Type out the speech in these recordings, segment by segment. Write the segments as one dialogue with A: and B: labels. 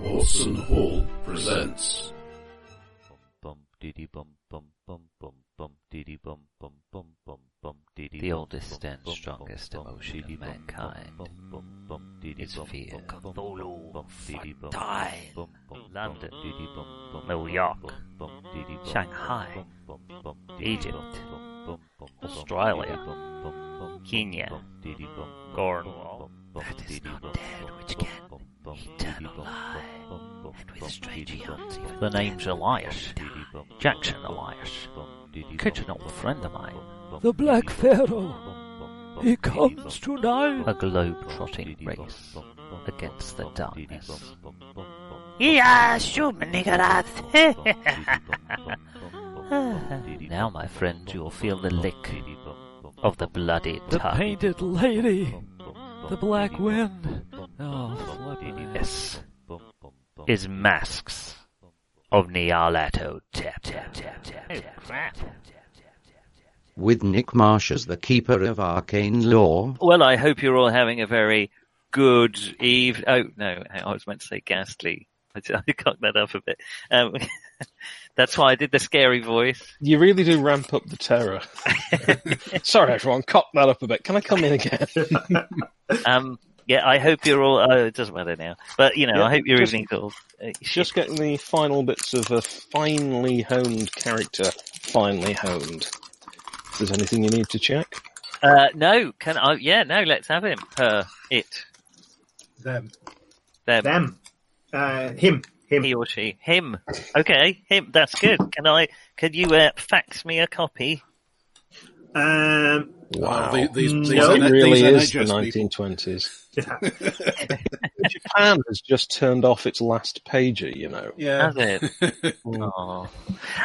A: Watson Hall presents.
B: The oldest and strongest emotion of mankind is fear. Cthulhu, Fontaine, London, New York, Shanghai, Egypt, Australia, Kenya, Cornwall. That is not dead, which can eternalize. And with strange eons, even the name's Elias, Jackson Elias, Kitchen old friend of mine.
C: The Black Pharaoh. He comes tonight.
B: a globe-trotting race against the darkness. Yeah, shoot me, Now, my friend, you'll feel the lick of the bloody
C: The
B: tongue.
C: painted lady. The black wind. Oh, flippin' heck.
B: Yes, is masks of Nyarlathotep. Tap, tap, tap, tap.
D: with Nick Marsh as the keeper of arcane law.
E: Well, I hope you're all having a very good eve. Oh no, I was meant to say ghastly. I d- I cocked that up a bit. Um, that's why I did the scary voice.
F: You really do ramp up the terror. Sorry, everyone, cock that up a bit. Can I come in again?
E: Um, yeah, I hope you're all. Oh, it doesn't matter now. But you know,
F: Yeah,
E: I hope your
F: just-
E: evening cool. Uh,
F: Just getting the final bits of a finely honed character. Finely honed. If there's anything you need to check,
E: uh, no, can I? Yeah, no, let's have him. Her, it,
G: Them.
E: them,
G: Them. Uh, him. Him.
E: he or she, him. Okay, him. That's good. Can I? Could you uh, fax me a copy?
G: Um,
F: wow,
H: Well, the- these,
G: No.
H: these,
G: It
F: it
H: N-
F: really is
H: these
F: the
H: NHS people.
F: 1920s.
G: yeah.
F: Japan has just turned off its last pager, you know.
H: Yeah.
E: Has it? Aw. Um,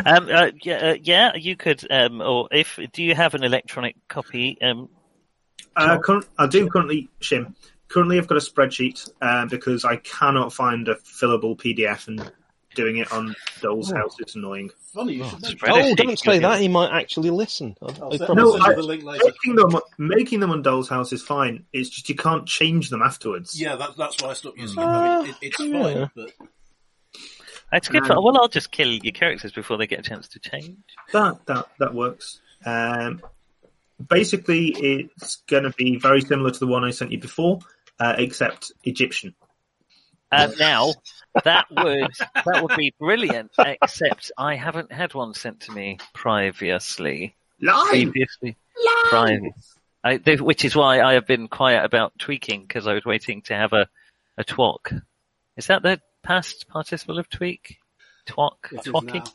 E: uh, yeah, uh, yeah, you could, um, or if do you have an electronic copy? Um,
G: Uh, cur- I do currently, Shim. Currently, I've got a spreadsheet uh, because I cannot find a fillable PDF, and doing it on Dole's house is annoying.
H: Funny you should mention.
E: spread
F: Oh,
E: it.
F: don't say that. He might actually listen. I,
H: I'll
F: I
H: send,
F: promise.
G: No,
H: I'll send
G: I-
H: you the link later.
G: Making them, making them on Dole's house is fine. It's just you can't change them afterwards.
H: Yeah, that, that's why I stopped using
F: Ah,
H: it. I mean, it it's
F: yeah.
H: fine, but
E: That's good.
G: Um,
E: well, I'll just kill your characters before they get a chance to change.
G: That that that works. Um, basically, it's going to be very similar to the one I sent you before, uh, except Egyptian.
E: Um, now that would that would be brilliant. Except I haven't had one sent to me previously.
G: Live.
E: Previously, Prime. I, th- which is why I have been quiet about tweaking because I was waiting to have a a twok. Is that the past participle of tweak? Twok,
H: it is
E: twocky.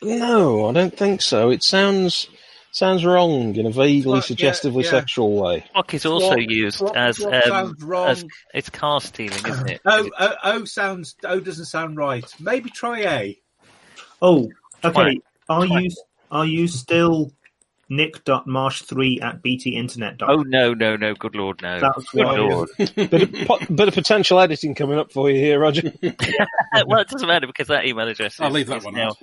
H: now.
F: No, I don't think so. It sounds sounds wrong in a vaguely
H: Well, yeah,
F: suggestively
H: yeah.
F: sexual way.
E: Twok is also
H: Twok-
E: used
H: Twok-
E: as
H: twok
E: um,
H: sounds wrong.
E: as- it's car stealing, isn't it?
H: Oh, oh, oh, sounds. Oh, doesn't sound right. Maybe try A.
G: Oh, okay.
E: Twat.
G: Are you are you still nick.marsh3 at btinternet.com?
E: Oh no, no, no! Good lord, no!
G: That's
E: Oh, good
G: why-
E: lord.
F: bit, of, po- bit of potential editing coming up for you here, Roger.
E: Uh, well, it doesn't matter because that email address is,
H: I'll leave that
E: is
H: one
E: now,
H: out.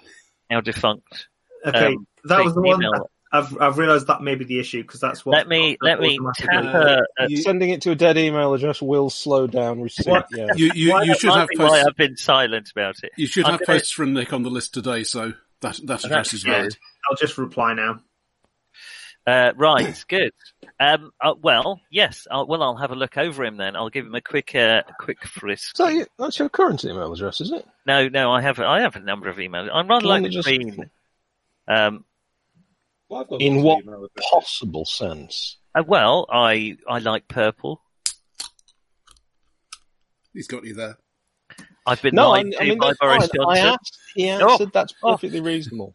E: now defunct.
G: okay,
E: um,
G: that was the
E: Fake
G: one.
E: email.
G: I've I've realised that may be the issue because that's what.
E: Let me let me
G: automatically-
E: tap her. Uh,
H: You,
F: Sending it to a dead email address will slow down receipt.
G: What?
F: Yeah.
H: you, you,
E: why-
H: you should
E: might
H: have
E: be why
H: posts.
E: I've been silent about it.
H: You should
E: I'm
H: have
E: gonna-
H: posts from Nick on the list today, so that that
E: That's
H: address is
E: good.
H: right.
G: I'll just reply now.
E: Uh, right, good. Um, uh, well, yes. I'll, well, I'll have a look over him then. I'll give him a quick uh, quick frisk.
F: Is that you- that's your current email address, is it?
E: No, no, I have I have a number of emails. I'm rather
F: The one
E: like the
F: that just-
E: Queen. Um,
H: Well, I've got
F: In
H: lots of
F: what
H: email addresses.
F: Possible sense.
E: uh, well, I I like purple.
H: He's got you there.
E: I've been
F: No, I, I
E: lied to
F: mean,
E: by
F: that's
E: Boris
F: fine.
E: Johnson. Oh,
F: I asked, he
E: No.
F: answered, that's perfectly reasonable.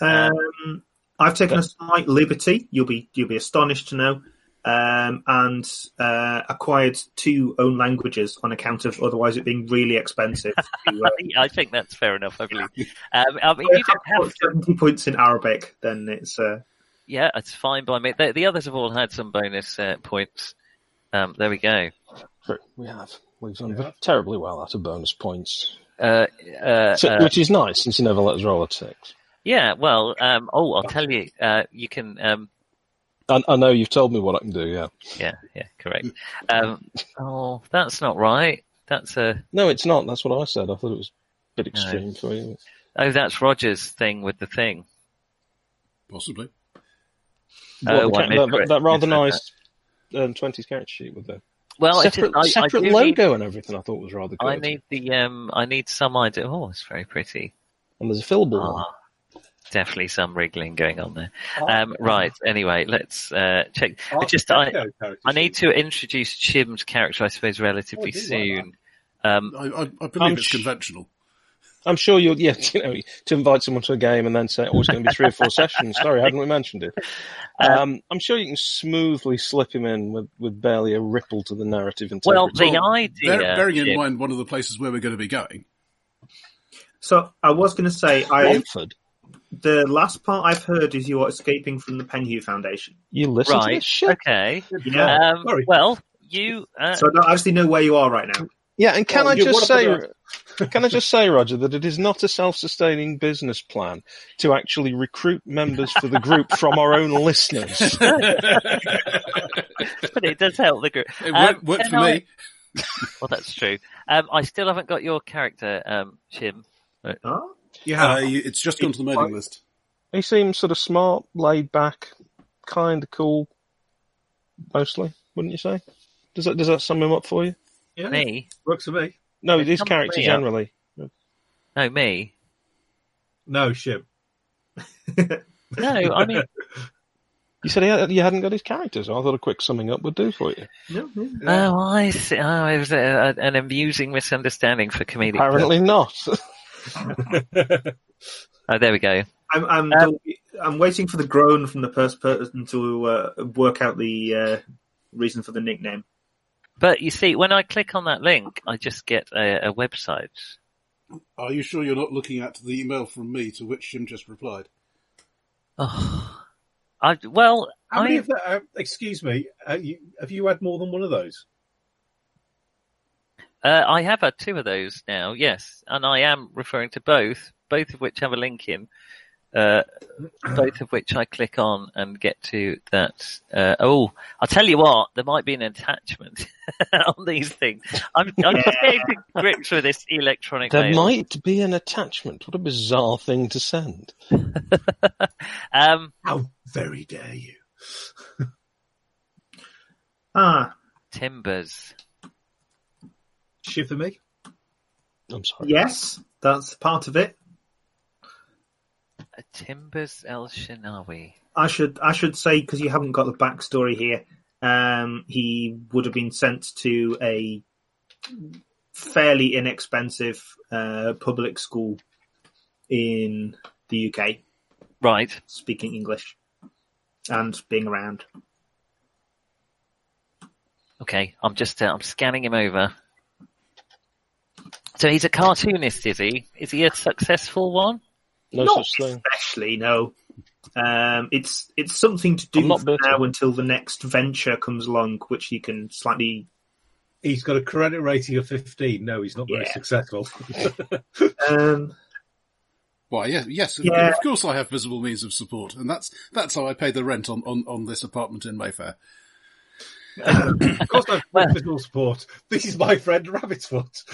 E: Uh,
G: Um, I've taken a slight liberty. You'll be you'll be astonished to know, um, and uh, acquired two own languages on account of otherwise it being really expensive. to, uh,
E: I think that's fair enough. I believe. Um, I mean, you
G: if I've
E: don't
G: got
E: have
G: seventy points in Arabic, then it's uh,
E: Yeah, it's fine by me. The, the others have all had some bonus uh, points. Um, there we go.
F: True, we have. We've done terribly well out of bonus points,
E: Uh, uh,
F: So-
E: uh,
F: which is nice since you never let us roll a six.
E: yeah, well, um, oh, I'll tell you. Uh, you can. Um,
F: I, I know you've told me what I can do. Yeah,
E: yeah, yeah, correct. Um, oh, that's not right. That's a
F: No, it's not. That's what I said. I thought it was a bit extreme for you.
E: oh, that's Roger's thing with the thing.
A: Possibly.
E: Oh,
F: What, the
E: well, I
F: ca-
E: missed
F: that,
E: it.
F: that rather
E: Missed
F: nice um, 20s character sheet with the
E: Well, it is-
F: separate,
E: I- I
F: separate
E: do need-
F: logo and everything. I thought was rather good.
E: I need the um. I need some idea. Oh, it's very pretty.
F: and there's a fillable one.
E: Ah, definitely some wriggling going on there. Um, right. Anyway, let's uh, check.
H: Oh,
E: I just I, I need to introduce Chim's character, I suppose, relatively
H: do like
E: soon. Um,
A: I, I, I believe
F: I'm
A: it's
F: sh-
A: conventional.
F: I'm sure you'll, yeah, you know, to invite someone to a game and then say, oh, it's going to be three or four sessions. Sorry, hadn't we mentioned it?
E: Uh,
F: Um, I'm sure you can smoothly slip him in with, with barely a ripple to the narrative. Integrity.
E: well, the
A: Well,
E: idea.
A: Bear- bearing in
E: Jim-
A: mind one of the places where we're going to be going.
G: So I was going to say, I
F: Romford,
G: the last part I've heard is you're escaping from the Penhew Foundation.
F: you listen to
E: right.
F: this shit.
E: Okay.
G: Yeah.
E: um,
H: sorry.
E: well, you. Uh,
G: so I don't actually know where you are right now.
F: Yeah, and can
H: Oh,
F: I
H: you
F: just
H: wanna
F: say, can I just say, Roger, that it is not a self-sustaining business plan to actually recruit members for the group from our own listeners.
E: but it does help the group.
A: It
E: Um,
A: worked, worked for
E: can I-
A: me.
E: Well, that's true. Um, I still haven't got your character, um, Chim.
G: Huh?
A: Uh, you- it's just gone to the mailing list.
F: He seems sort of smart, laid back, kind of cool, mostly, wouldn't you say? Does that does that sum him up for you?
H: Yeah,
E: Me?
H: works for me.
F: No,
E: It
F: his
E: sums
F: character
E: me up.
F: generally.
E: No, me.
H: No, Shim.
E: No, I mean,
F: You said he had, you hadn't got his characters. I thought a quick summing up would do for you.
G: No, no, no.
E: oh, I see. Oh, it was a, a, an amusing misunderstanding for comedic.
F: Apparently not.
E: Oh, there we go.
G: I'm I'm, I'm waiting for the groan from the first person to uh, work out the uh, reason for the nickname.
E: But you see, when I click on that link, I just get a, a website.
A: Are you sure you're not looking at the email from me to which Jim just replied?
E: Oh, I well,
H: How many
E: I,
H: of the, uh, excuse me, uh, you, have you had more than one of those?
E: uh, I have had two of those now. Yes, and I am referring to both, both of which have a link in. Uh, both of which I click on and get to that. Uh, oh, I'll tell you what, there might be an attachment on these things. I'm, I'm just getting to grips with this electronic.
F: there
E: mail.
F: might be an attachment. What a bizarre thing to send.
E: Um,
H: How very dare you?
G: Ah,
E: timbers.
H: Shiver me.
F: I'm sorry.
G: yes, that's part of it.
E: Uh, Timbers El Shinawi.
G: I should I should say because you haven't got the backstory here. Um, he would have been sent to a fairly inexpensive uh, public school in the UK,
E: Right.
G: speaking English and being around.
E: Okay, I'm just uh, I'm scanning him over. So he's a cartoonist, is he? Is he a successful one?
F: No
G: Not
F: such thing.
G: especially no. Um, it's it's something to do
F: I'm not
G: for
F: bitter.
G: now until the next venture comes along, which he can slightly.
H: He's got a credit rating of 15. No, he's not very
G: Yeah.
H: successful.
G: Um,
A: Why, yes, yes of,
G: Yeah.
A: of course I have visible means of support, and that's that's how I pay the rent on, on, on this apartment in Mayfair.
H: of course, I've got visual support. This is my friend Rabbitfoot.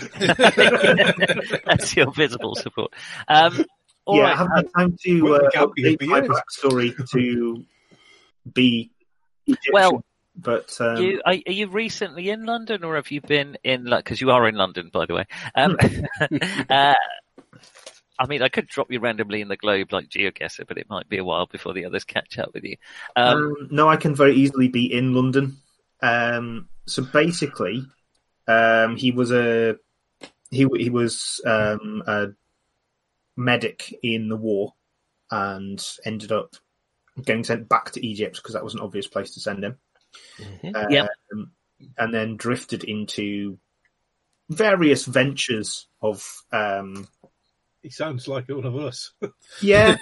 E: That's your visible support. Um, all
G: yeah,
E: right,
G: I haven't had time to
H: Well,
G: uh,
H: we can't be
G: update my
H: abused.
G: backstory to be Egyptian,
E: Well,
G: but um,
E: you, are, are you recently in London, or have you been in? Because you are in London, by the way. Um, uh, I mean, I could drop you randomly in the globe like GeoGuessr, but it might be a while before the others catch up with you. Um,
G: um, no, I can very easily be in London. Um, so basically, um, he was a he w- he was um, a medic in the war and ended up getting sent back to Egypt because that was an obvious place to send him.
F: Mhm.
G: Um,
E: Yep.
G: And then drifted into various ventures of um,
H: He sounds like one of us.
G: yeah,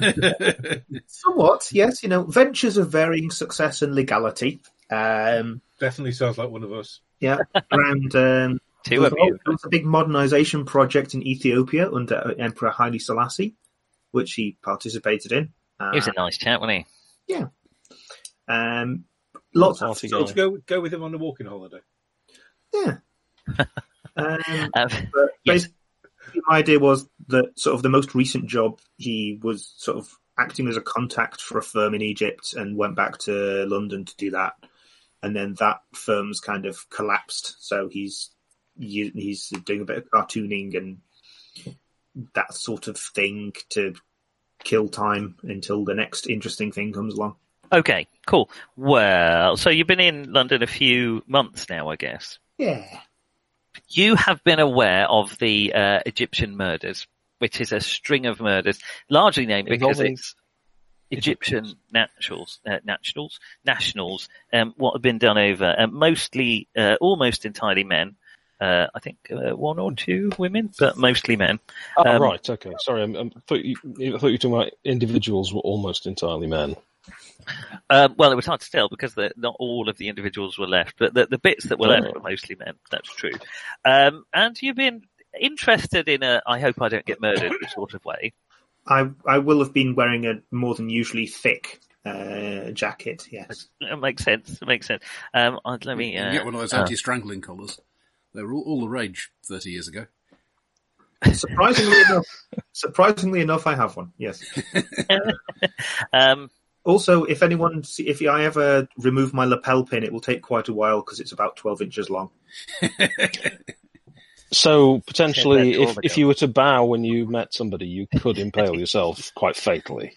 G: somewhat yes, you know, ventures of varying success and legality. Um,
H: Definitely sounds like one of us.
G: Yeah, around um, there
E: two
G: was,
E: of you.
G: there was a big modernization project in Ethiopia under Emperor Haile Selassie, which he participated in. Uh,
E: He was a nice chap, wasn't he?
G: um, lots of
F: Party
H: So
F: guy.
H: to go go with him on a walking holiday.
G: yeah. Um,
E: Um,
G: but
E: Yes.
G: basically, my idea was that sort of the most recent job he was sort of acting as a contact for a firm in Egypt and went back to London to do that, and then that firm's kind of collapsed. So he's u- he's doing a bit of cartooning and that sort of thing to kill time until the next interesting thing comes along.
E: okay, cool. Well, so you've been in London a few months now, I guess.
G: Yeah.
E: You have been aware of the uh, Egyptian murders, which is a string of murders, largely named because
F: Involving-
E: it's Egyptian nationals, uh, nationals, nationals. Um, what have been done over, uh, mostly, uh, almost entirely men. Uh, I think uh, one or two women, but mostly men.
F: Oh,
E: Um,
F: right, okay. Sorry, I'm, I'm, thought you, I thought you were talking about individuals were almost entirely men.
E: Um, well, it was hard to tell because the, not all of the individuals were left, but the, the bits that were left were mostly men. That's true. Um, and you've been interested in a I hope I don't get murdered sort of way.
G: I I will have been wearing a more than usually thick uh, jacket. Yes.
E: It makes sense. It makes sense. Um, I'd, let me.
A: You
E: Uh,
A: can get one of those
E: uh,
A: anti-strangling collars. They were all, all the rage 30 years ago.
G: Surprisingly enough, surprisingly enough, I have one. Yes.
E: um,
G: Also, if anyone, see- if I ever remove my lapel pin, it will take quite a while because it's about twelve inches long.
E: Said
F: So
E: that
F: potentially,
E: to all
F: if,
E: the
F: if you were to bow when you met somebody, you could impale yourself quite fatally.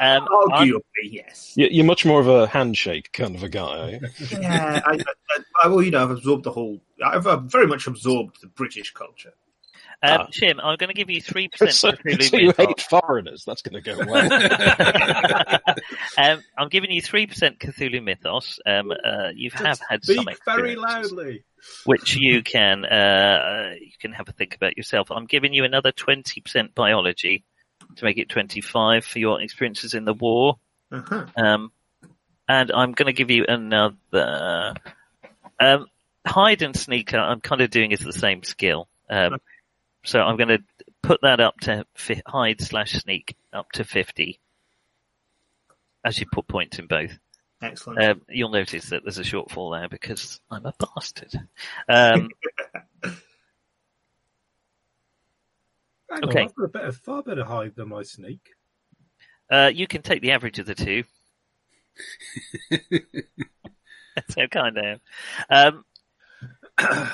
E: um, I'm-
G: Arguably, yes.
F: You- You're much more of a handshake kind of a guy. Are you?
G: Yeah, I, I, I, well, you know, I've absorbed the whole. I've, uh very much absorbed the British culture.
E: um,
F: Ah.
E: Shim, I'm going to give you three percent.
F: so, so you hate foreigners. That's going to go well.
E: um, I'm giving you three percent Cthulhu mythos. Um, uh, you have had some
H: Speak very
E: experiences.
H: loudly.
E: which you can uh, you can have a think about yourself. I'm giving you another twenty percent biology to make it twenty five for your experiences in the war,
G: Uh-huh.
E: um, and I'm going to give you another um, hide and sneaker. I'm kind of doing is the same skill, um, so I'm going to put that up to fi- hide slash sneak up to fifty. As you put points in both,
G: Excellent.
E: um, you'll notice that there's a shortfall there because I'm a bastard. Um,
H: Hang
E: Okay.
H: on, I've got a better, far better hide than my sneak.
E: Uh, you can take the average of the two. That's so kind of. Um,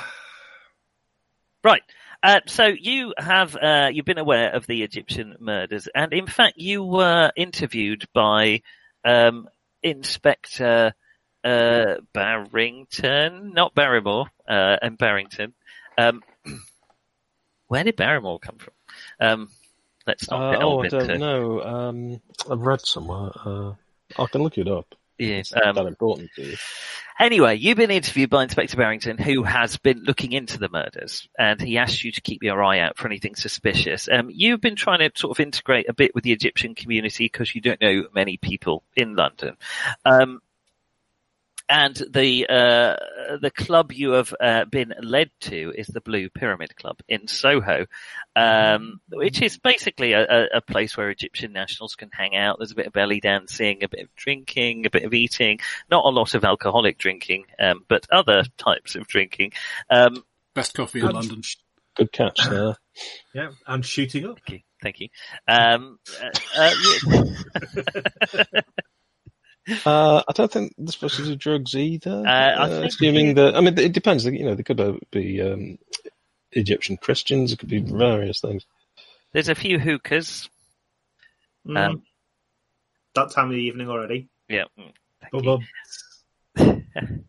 E: right. Uh, so you have uh, you've been aware of the Egyptian murders, and in fact, you were interviewed by um, Inspector uh, Barrington, not Barrymore, uh, and Barrington. Um, where did Barrymore come from? Um, let's not
F: Uh,
E: get
F: oh,
E: all
F: I
E: into-
F: don't know. Um, I've read somewhere. Uh, I can look it up.
E: Yeah,
F: It's not
E: um,
F: that important to you.
E: Anyway, you've been interviewed by Inspector Barrington, who has been looking into the murders, and he asked you to keep your eye out for anything suspicious. Um, you've been trying to sort of integrate a bit with the Egyptian community because you don't know many people in London. Um, and the uh, the club you have uh, been led to is the Blue Pyramid Club in Soho, um, which is basically a, a, a place where Egyptian nationals can hang out. There's a bit of belly dancing, a bit of drinking, a bit of eating. Not a lot of alcoholic drinking, um, but other types of drinking. Um,
A: Best coffee in
H: Um,
A: London.
F: Good catch there.
H: Yeah, and shooting up.
E: thank you. Thank you. Um, uh, uh, yeah,
F: Uh, I don't think they're supposed to do drugs either.
E: Uh, I think-
F: assuming that, I mean, it depends. You know, they could be um, Egyptian Christians. It could be various things.
E: there's a few hookahs.
G: Mm.
E: um,
G: that time of the evening already.
E: Yeah. mm, thank
H: Bum,
E: you.
H: bum.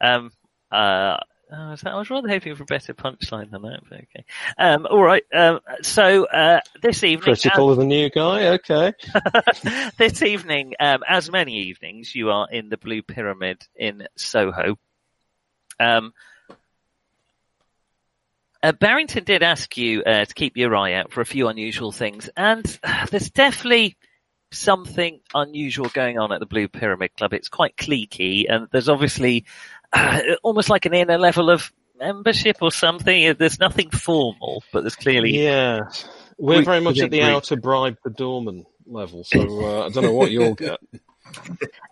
E: Um, uh, I was, I was rather hoping for a better punchline than that, but okay. Um, all right. Um, so uh, this evening,
F: Critical of the new guy. Okay.
E: as, this evening, um, as many evenings, you are in the Blue Pyramid in Soho. Um, uh, Barrington did ask you uh, to keep your eye out for a few unusual things, and uh, there's definitely something unusual going on at the Blue Pyramid Club. It's quite cliquey, and there's obviously uh, almost like an inner level of membership or something. There's nothing formal, but there's clearly
F: Yeah. We're
E: Group
F: very much
E: within
F: at the
E: group.
F: outer bribe the doorman level, so uh, I don't know what you'll get.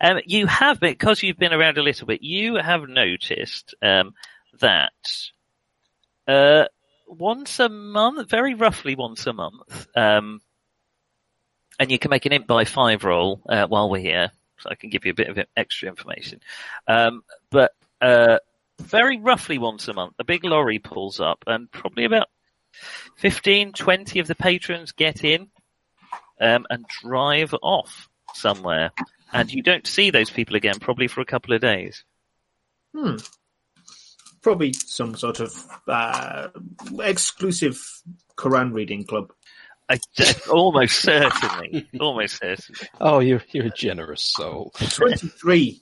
E: Um, you have, because you've been around a little bit, you have noticed um, that Uh, once a month, very roughly once a month. Um, and you can make an int by five roll uh, while we're here, so I can give you a bit of extra information. Um, but uh, very roughly once a month, a big lorry pulls up, and probably about 15, 20 of the patrons get in um, and drive off somewhere. And you don't see those people again, probably for a couple of days.
G: Probably some sort of uh, exclusive Quran reading club.
E: I almost certainly, almost certainly.
F: Oh, you're you're a generous soul.
G: 23.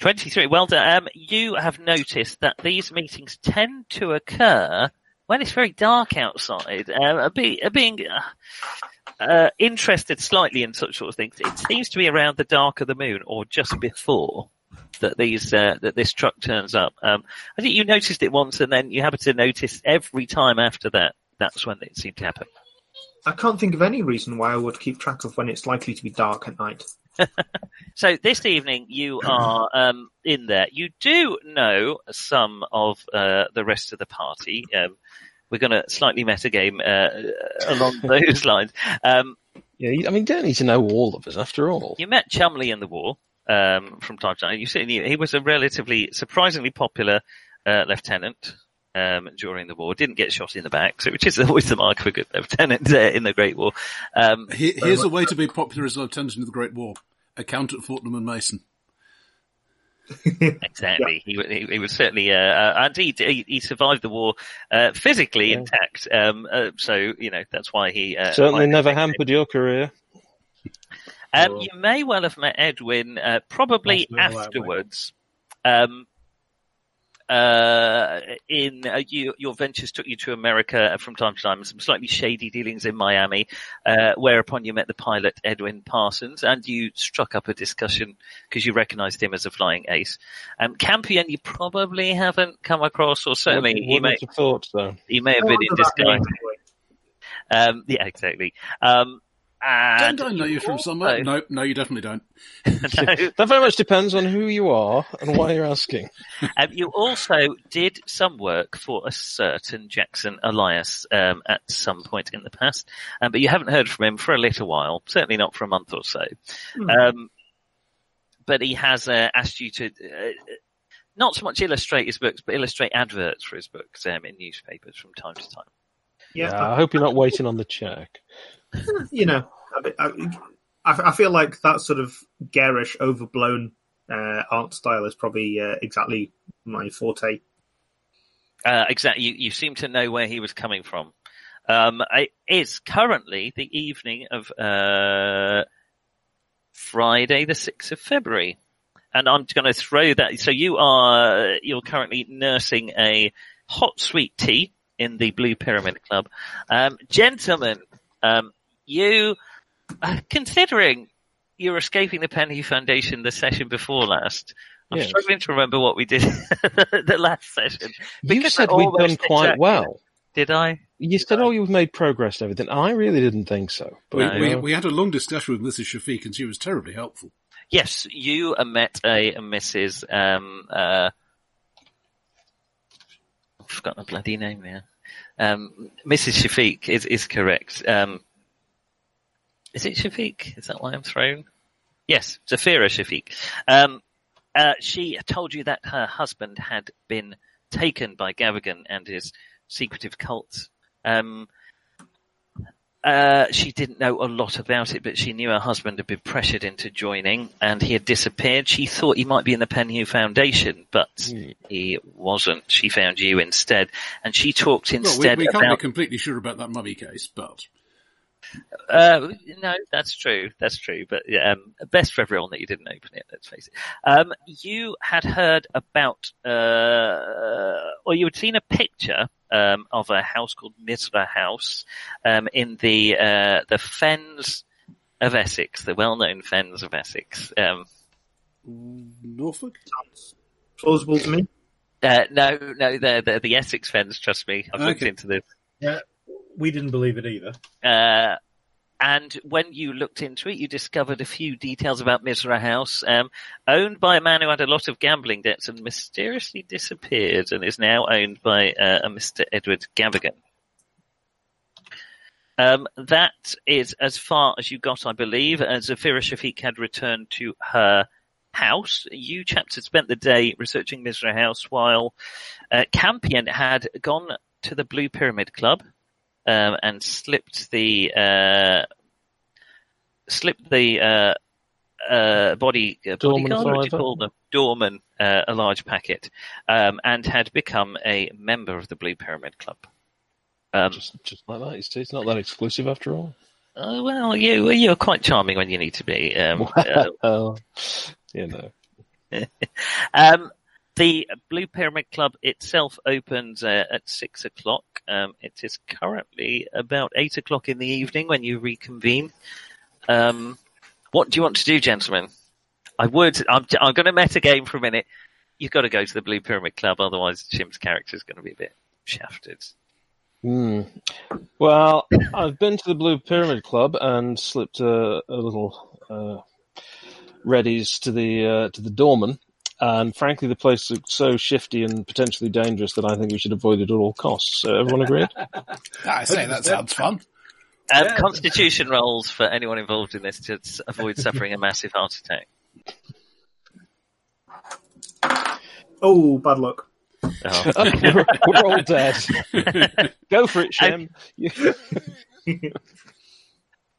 E: 23. Well done. Um, you have noticed that these meetings tend to occur when it's very dark outside. Um, uh, be, uh, being uh, uh, interested slightly in such sort of things, it seems to be around the dark of the moon or just before that these uh, that this truck turns up. Um, I think you noticed it once, and then you happen to notice every time after that. That's when it seemed to happen.
G: I can't think of any reason why I would keep track of when it's likely to be dark at night.
E: So this evening you are um, in there. You do know some of uh, the rest of the party. Um, we're going to slightly metagame uh, along those lines. Um,
F: Yeah, you- I mean, you don't need to know all of us after all.
E: you met Chumley in the war um, from time to time. You see, he was a relatively surprisingly popular uh, lieutenant um, during the war. Didn't get shot in the back, so which is always the mark of a good lieutenant uh, in the Great War. Um,
A: Here, here's a way to be popular as a lieutenant in the Great War. Account at Fortnum and Mason.
E: Exactly. He He, he he was certainly, uh, uh, and he, he he survived the war uh, physically intact. Um, uh, so you know that's why he uh,
F: Certainly
E: might-
F: never hampered your career.
E: Um, you may well have met Edwin uh, probably
H: That's not allowed,
E: afterwards. Um, uh, in uh, you, your ventures took you to America uh, from time to time, some slightly shady dealings in Miami, uh, whereupon you met the pilot Edwin Parsons, and you struck up a discussion because you recognised him as a flying ace. Um, Campion, you probably haven't come across, or certainly
F: Wouldn't-
E: he may
F: wouldn't have thought so.
E: he may
G: I
E: have been
G: wonder
E: in
G: that name
E: disguise.
G: anyway.
E: Um, yeah, exactly. Um, and
A: Don't I know you from somewhere? No, no, you definitely don't.
E: No.
F: That very much depends on who you are and why you're asking.
E: Um, you also did some work for a certain Jackson Elias um, at some point in the past, um, but you haven't heard from him for a little while, certainly not for a month or so. Um, but he has uh, asked you to uh, not so much illustrate his books, but illustrate adverts for his books um, in newspapers from time to time.
G: Yeah,
F: Uh, I hope you're not waiting on the check.
G: you know, a bit- I, I, I feel like that sort of garish, overblown uh, art style is probably uh, exactly my forte.
E: Uh, exactly. You, you seem to know where he was coming from. Um, I- it's currently the evening of uh, Friday, the sixth of February, and I'm going to throw that. So you are you're currently nursing a hot sweet tea in the Blue Pyramid Club, um, gentlemen. Um, you, uh, considering you're escaping the Penny Foundation the session before last. I'm
F: Yes.
E: struggling to remember what we did the last session.
F: you
E: Because
F: said
E: they're
F: we'd done
E: almost
F: quite
E: exactly-
F: well.
E: Did I?
F: You said, "Oh, you've made progress and everything." I really didn't think so. But
A: We,
E: No.
A: we, we had a long discussion with Mrs. Shafiq, and she was terribly helpful.
E: Yes, you uh, met a a Mrs. Um, uh, I've forgotten the bloody name now. Um, Mrs. Shafiq is, is correct. Um, is it Shafiq? Is that why I'm thrown? Yes, Zafira Shafiq. Um, uh, she told you that her husband had been taken by Gavigan and his secretive cult. Um, uh, she didn't know a lot about it, but she knew her husband had been pressured into joining and he had disappeared. She thought he might be in the Penhu Foundation, but
A: Hmm.
E: he wasn't. She found you instead. And she talked
A: Well,
E: instead
A: we, we can't
E: about
A: be completely sure about that mummy case, but
E: Uh, no, that's true. That's true. But yeah, um, best for everyone that you didn't open it. Let's face it. Um, you had heard about, uh, or you had seen a picture um, of a house called Misra House um, in the uh, the fens of Essex, the well-known fens of Essex. Um,
A: Norfolk.
G: Plausible to me.
E: uh, no, no, they're, they're the Essex fens. Trust me, I've looked
A: Okay.
E: into this.
H: We didn't believe it either.
E: Uh, And when you looked into it, you discovered a few details about Mizra House, um, owned by a man who had a lot of gambling debts and mysteriously disappeared, and is now owned by uh, a Mr. Edward Gavigan. Um, that is as far as you got, I believe, as Zafira Shafiq had returned to her house. You chaps had spent the day researching Mizra House while uh, Campion had gone to the Blue Pyramid Club um, and slipped the uh, slipped the uh, uh, body uh,
F: Doorman
E: bodyguard, what do
F: fiver.
E: you call them? Doorman, uh, a large packet, um, and had become a member of the Blue Pyramid Club. Um,
F: Just, just like that. It's, it's not that exclusive after all.
E: Oh, well, you you're quite charming when you need to be. Um, uh,
F: Uh, you know.
E: um, the Blue Pyramid Club itself opens uh, at six o'clock. Um, it is currently about eight o'clock in the evening when you reconvene. Um, what do you want to do, gentlemen? I would. I'm, I'm going to meta game for a minute. You've got to go to the Blue Pyramid Club, otherwise Jim's character is going to be a bit shafted.
F: Hmm. Well, I've been to the Blue Pyramid Club and slipped a, a little uh, readies to the uh, to the doorman. And frankly, the place looked so shifty and potentially dangerous that I think we should avoid it at all costs. So everyone agreed?
A: I say that sounds fun.
E: Um,
H: Yeah.
E: Constitution rolls for anyone involved in this to s- avoid suffering a massive heart attack.
G: Oh, bad luck.
E: Oh.
F: we're, we're all dead. Go for it, Shem.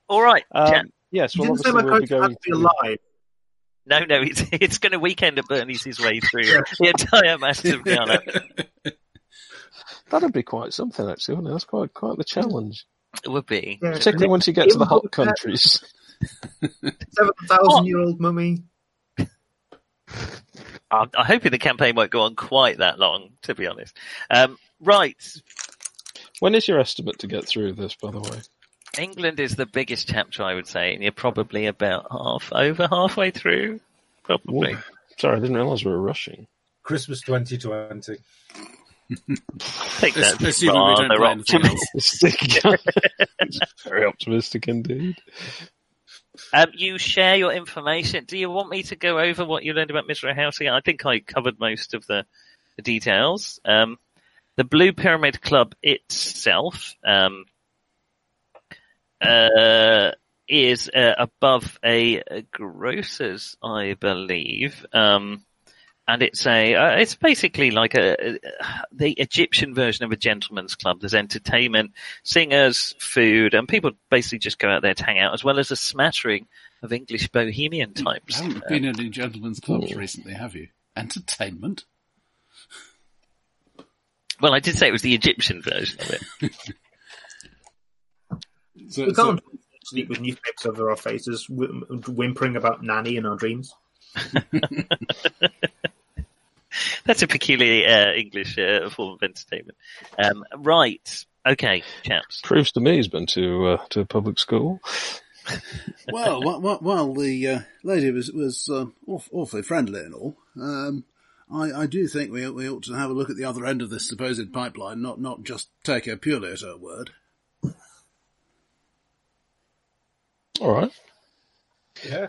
E: All right, chap.
F: Um, yes,
G: You
F: well,
G: didn't say my
F: obviously we'll be
G: coach
F: going
G: had to be alive.
E: No, no, it's, it's going to weekend at Bernie's his way through the entire Masters of Ghana.
F: That'd be quite something, actually, wouldn't it? That's quite quite the challenge,
E: It would be.
G: Yeah.
F: particularly once you get to the hot
G: Import-
F: countries.
G: Seven
E: What?
G: thousand year old mummy.
E: I'm, I'm hoping Um, the campaign won't go on quite that long, to be honest. Um, right,
F: When is your estimate to get through this, by the way?
E: England is the biggest chapter, I would say, and you're probably about half over halfway through. Probably.
F: Sorry, I didn't realise we were rushing.
H: Christmas 2020.
E: I think
A: Ass-
E: that's
A: Assuming we don't
E: rather
A: play anything
E: optimistic.
A: else.
F: Very optimistic indeed.
E: Um, you share your information. Do you want me to go over what you learned about Mizra House again? I think I covered most of the, the details. Um, the Blue Pyramid Club itself um, uh, is uh, above a, a grocer's, I believe. Um, and it's a, uh, it's basically like a, a- the Egyptian version of a gentleman's club. There's entertainment, singers, food, and people basically just go out there to hang out, as well as a smattering of English bohemian
A: I
E: types.
A: haven't
E: Uh,
A: been in any gentlemen's clubs recently, have you? Entertainment?
E: well, I did say it was the Egyptian version of it.
A: So, so,
G: We can't sleep with newspapers over our faces, whim- whimpering about nanny in our dreams.
E: That's a peculiar uh, English uh, form of entertainment. Um, right. Okay, chaps.
F: Proves to me he's been to uh, to a public school.
A: well, while, while, while the uh, lady was was um, aw- awfully friendly and all, um, I, I do think we we ought to have a look at the other end of this supposed pipeline, not not just take her purely at her word.
F: All right.
H: Yeah.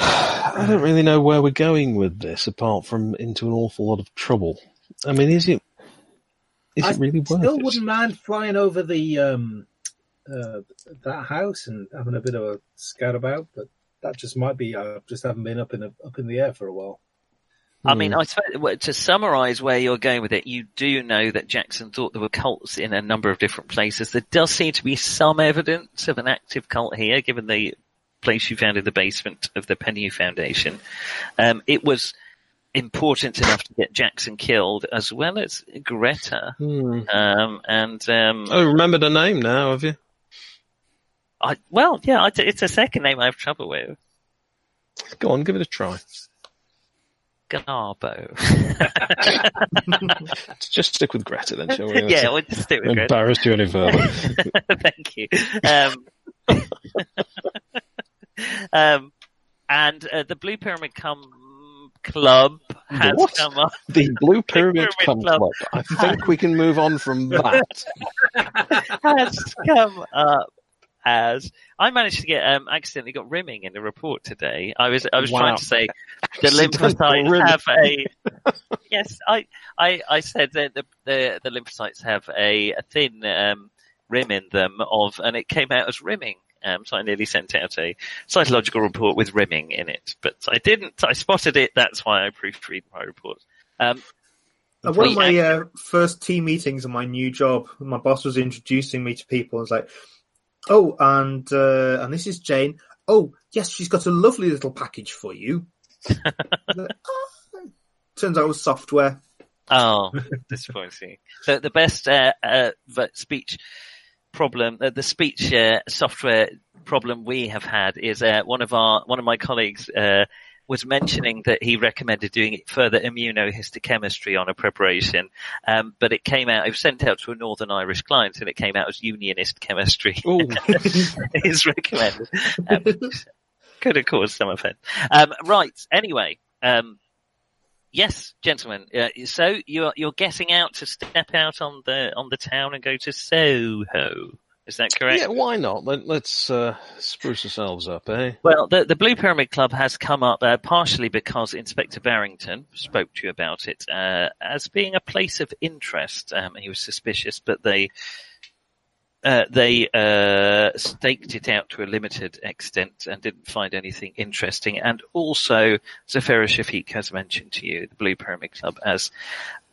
F: I don't really know where we're going with this, apart from into an awful lot of trouble. I mean, is it is
H: I
F: it really worth
H: Still
F: it?
H: wouldn't mind flying over the um, uh, that house and having a bit of a scout about, but that just might be. I just haven't been up in the up in the air for a while.
E: I mean, I suppose, well, to summarise where you're going with it, you do know that Jackson thought there were cults in a number of different places. There does seem to be some evidence of an active cult here, given the place you found in the basement of the Penny Foundation. Um, it was important enough to get Jackson killed, as well as Greta.
F: Hmm.
E: Um, and um,
F: Oh, remembered her name now, have you?
E: I, well, yeah, I, it's a second name I have trouble with.
F: Go on, give it a try.
E: Garbo.
F: Just stick with Greta then, shall we?
E: yeah, we'll just stick with Greta.
F: Embarrassed you any further.
E: Thank you. Um, um, and uh, the Blue Pyramid Cum Club has
F: what?
E: come up.
F: The Blue Pyramid
E: Pyramid
F: Cum
E: Club.
F: Club. I think we can move on from that.
E: Has come up as I managed to get um, accidentally got rimming in the report today. I was I was
F: Wow.
E: trying to say the
F: Accidental
E: lymphocytes
F: rimming.
E: have a yes. I, I I said that the the, the lymphocytes have a, a thin um, rim in them of, and it came out as rimming. Um, so I nearly sent out a cytological report with rimming in it, but I didn't. I spotted it. That's why I proofread my report. Um,
G: At one of
E: Complete
G: my uh, first team meetings in my new job, my boss was introducing me to people. and was like, "Oh, and uh, and this is Jane. Oh, yes, she's got a lovely little package for you." Like, "Oh." Turns out it was software.
E: Oh, disappointing. So the best uh, uh, v- speech problem, uh, the speech uh, software problem we have had is uh, one of our one of my colleagues uh, was mentioning that he recommended doing further immunohistochemistry on a preparation, um, but it came out. It was sent out to a Northern Irish client, and it came out as Unionist chemistry.
F: Oh,
E: is recommended. Um, could have caused some offence. Um, right. Anyway, um, yes, gentlemen. Uh, so you're you're getting out to step out on the on the town and go to Soho. Is that correct?
F: yeah, why not? Let, let's uh, spruce ourselves up, eh?
E: Well, the, the Blue Pyramid Club has come up uh, partially because Inspector Barrington spoke to you about it uh, as being a place of interest. Um, he was suspicious, but they uh, they uh, staked it out to a limited extent and didn't find anything interesting. And also, Zafira Shafiq has mentioned to you the Blue Pyramid Club as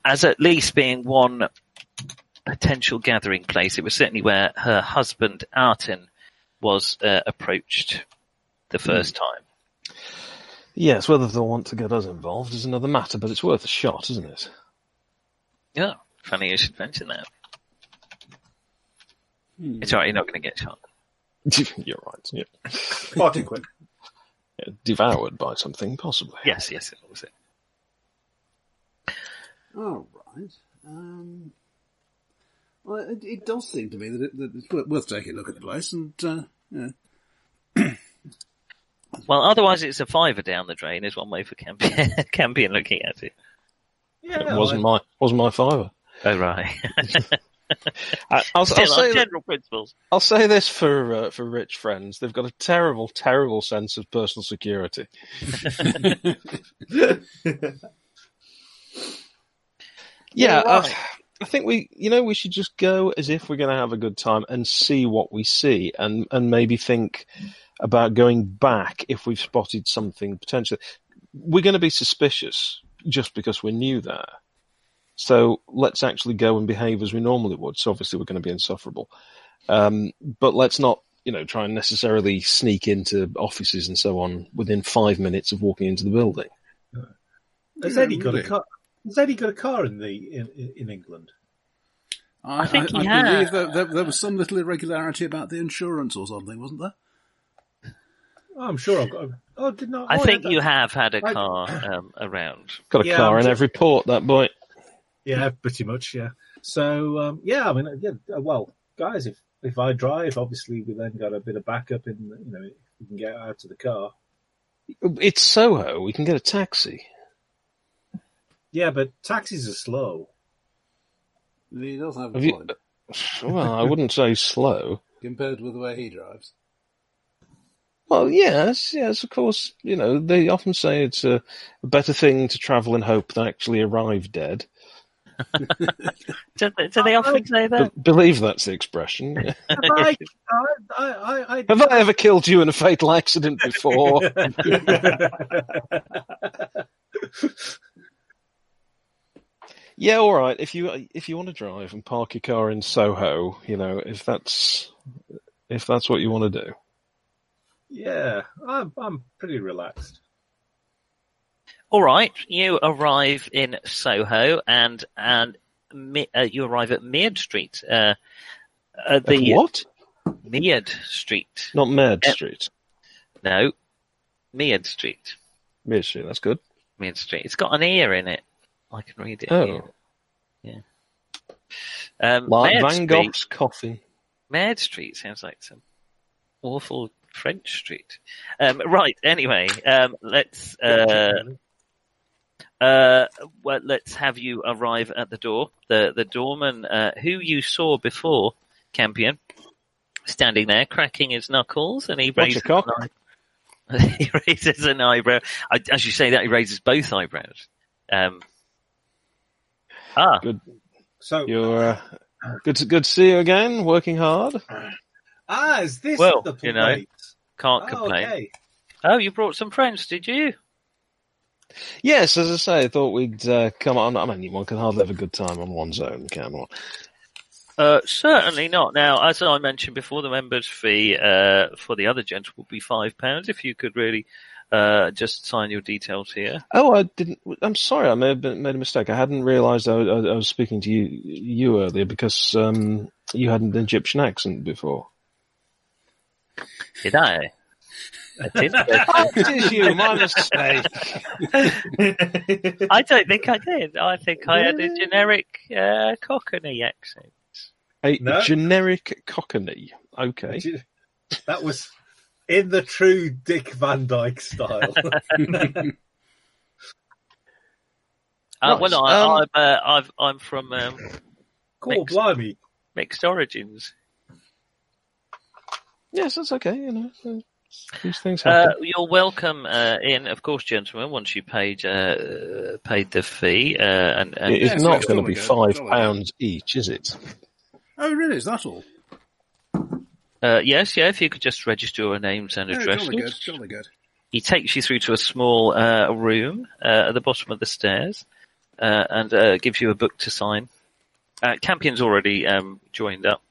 E: as at least being one potential gathering place. It was certainly where her husband Artin was uh, approached the
F: Hmm.
E: first time.
F: Yes, whether they'll want to get us involved is another matter, but it's worth a shot, isn't it?
E: Yeah. Funny you should mention that.
F: Hmm.
E: It's alright, you're not going to get shot.
F: You're right. Yeah.
G: Far too quick.
F: Yeah, Devoured by something, possibly.
E: Yes, yes, it was it.
A: All right. Um, well, it, it does seem to me that, it, that it's worth, worth taking a look at the place, and uh, yeah.
E: Well, otherwise it's a fiver down the drain is one way for Campion, Campion looking at it.
F: It wasn't my wasn't my fiver.
E: Oh, right.
F: I, I'll, I'll
E: Still, on
F: say that-
E: general principles.
F: I'll say this for uh, for rich friends: they've got a terrible, terrible sense of personal security. yeah, I, I think we, you know, we should just go as if we're going to have a good time and see what we see, and and maybe think about going back if we've spotted something potentially. We're going to be suspicious just because we're new there. So let's actually go and behave as we normally would. So obviously we're going to be insufferable. Um, but let's not, you know, try and necessarily sneak into offices and so on within five minutes of walking into the building.
H: Has
A: Yeah,
H: Eddie got a
A: really.
H: car? Has Eddie got a car in the in, in- in England?
A: I,
E: I think
A: I,
E: he
A: I believe
E: has.
A: that there, there was some little irregularity about the insurance or something, wasn't there?
H: Oh, I'm sure I've got. Oh, did not.
E: I
H: oh,
E: think
H: yeah,
E: you
H: that-
E: have had a
H: I-
E: car um, around.
F: Got a
H: Yeah,
F: car
H: I'm
F: in
H: sure-
F: every port, that boy.
H: Yeah, pretty much. Yeah. So um, yeah, I mean, yeah. uh, Well, guys, if if I drive, obviously we then got a bit of backup in. You know, if we can get out of the car.
F: It's Soho. We can get a taxi.
H: Yeah, but taxis are slow.
A: He does have a
F: Have you-
A: point
F: Well, I wouldn't say slow.
A: compared with the way he drives.
F: Well, yes, yes, of course. You know, they often say it's a better thing to travel and hope than actually arrive dead.
E: Do they, do
F: Oh,
E: they often say
F: Be-
E: that?
F: believe that's the expression.
H: Have I, I, I, I,
F: Have I ever killed you in a fatal accident before? Yeah, all right. If you if you want to drive and park your car in Soho, you know, if that's if that's what you want to do.
H: yeah, I'm, I'm pretty relaxed.
E: All right, you arrive in Soho and and mi- uh, you arrive at Mead Street. Uh, uh,
F: At
E: the eh,
F: what?
E: Mead Street.
F: Not Mead
E: Yeah.
F: Street.
E: No, Mead Street.
F: Mead Street. That's good.
E: Mead Street. It's got an ear in it. I can read it.
F: Oh,
E: here. Um,
F: like
E: Mead
F: Van Gogh's
E: Street.
F: coffin.
E: Mead Street sounds like some awful French street. Um, right. Anyway, um, let's uh, uh, well, let's have you arrive at the door. The the doorman uh, who you saw before, Campion, standing there cracking his knuckles, and he
F: Watch your
E: raises
F: cock.
E: an eye- he raises an eyebrow. I, as you say that, he raises both eyebrows. Um, ah,
H: So,
F: You're uh, good. To, good to see you again. Working hard.
H: ah, is this
E: Well,
H: the plate?
E: you know, can't
H: oh,
E: complain.
H: okay.
E: Oh, you brought some friends, did you?
F: Yes, as I say, I thought we'd uh, come on. I mean, one can hardly have a good time on one's own, can one?
E: Uh, certainly not. Now, as I mentioned before, the members' fee uh, for the other gents will be five pounds. If you could really uh, just sign your details here.
F: Oh, I didn't. I'm sorry, I may have been- made a mistake. I hadn't realised I, I, I was speaking to you you earlier because um, you had an Egyptian accent before.
E: Did I? I did. I
F: it is you. My mistake.
E: I don't think I did. I think I had a generic uh, Cockney accent.
F: A
H: No.
F: generic cockney. Okay.
H: Do you- That was in the true Dick Van Dyke style.
E: Uh,
F: Nice.
E: Well, I,
F: Um,
E: I'm, uh, I've, I'm from um,
H: Cool,
E: Mixed.
H: blimey.
E: mixed origins.
F: Yes, that's okay. You know, uh, these things
E: Uh,
F: happen.
E: you're welcome uh, in, of course, gentlemen. Once you paid uh, paid the fee, uh, and, and
F: it is
A: yes,
F: not
A: yes,
F: going
A: surely
F: to be
A: go,
F: five
A: surely.
F: pounds each, is it?
A: Oh, really? Is that all?
E: Uh, yes, yeah, if you could just register your names and
A: Oh,
E: addresses.
A: jolly good, jolly good.
E: He takes you through to a small uh, room uh, at the bottom of the stairs uh, and uh, gives you a book to sign. Uh, Campion's already um, joined up.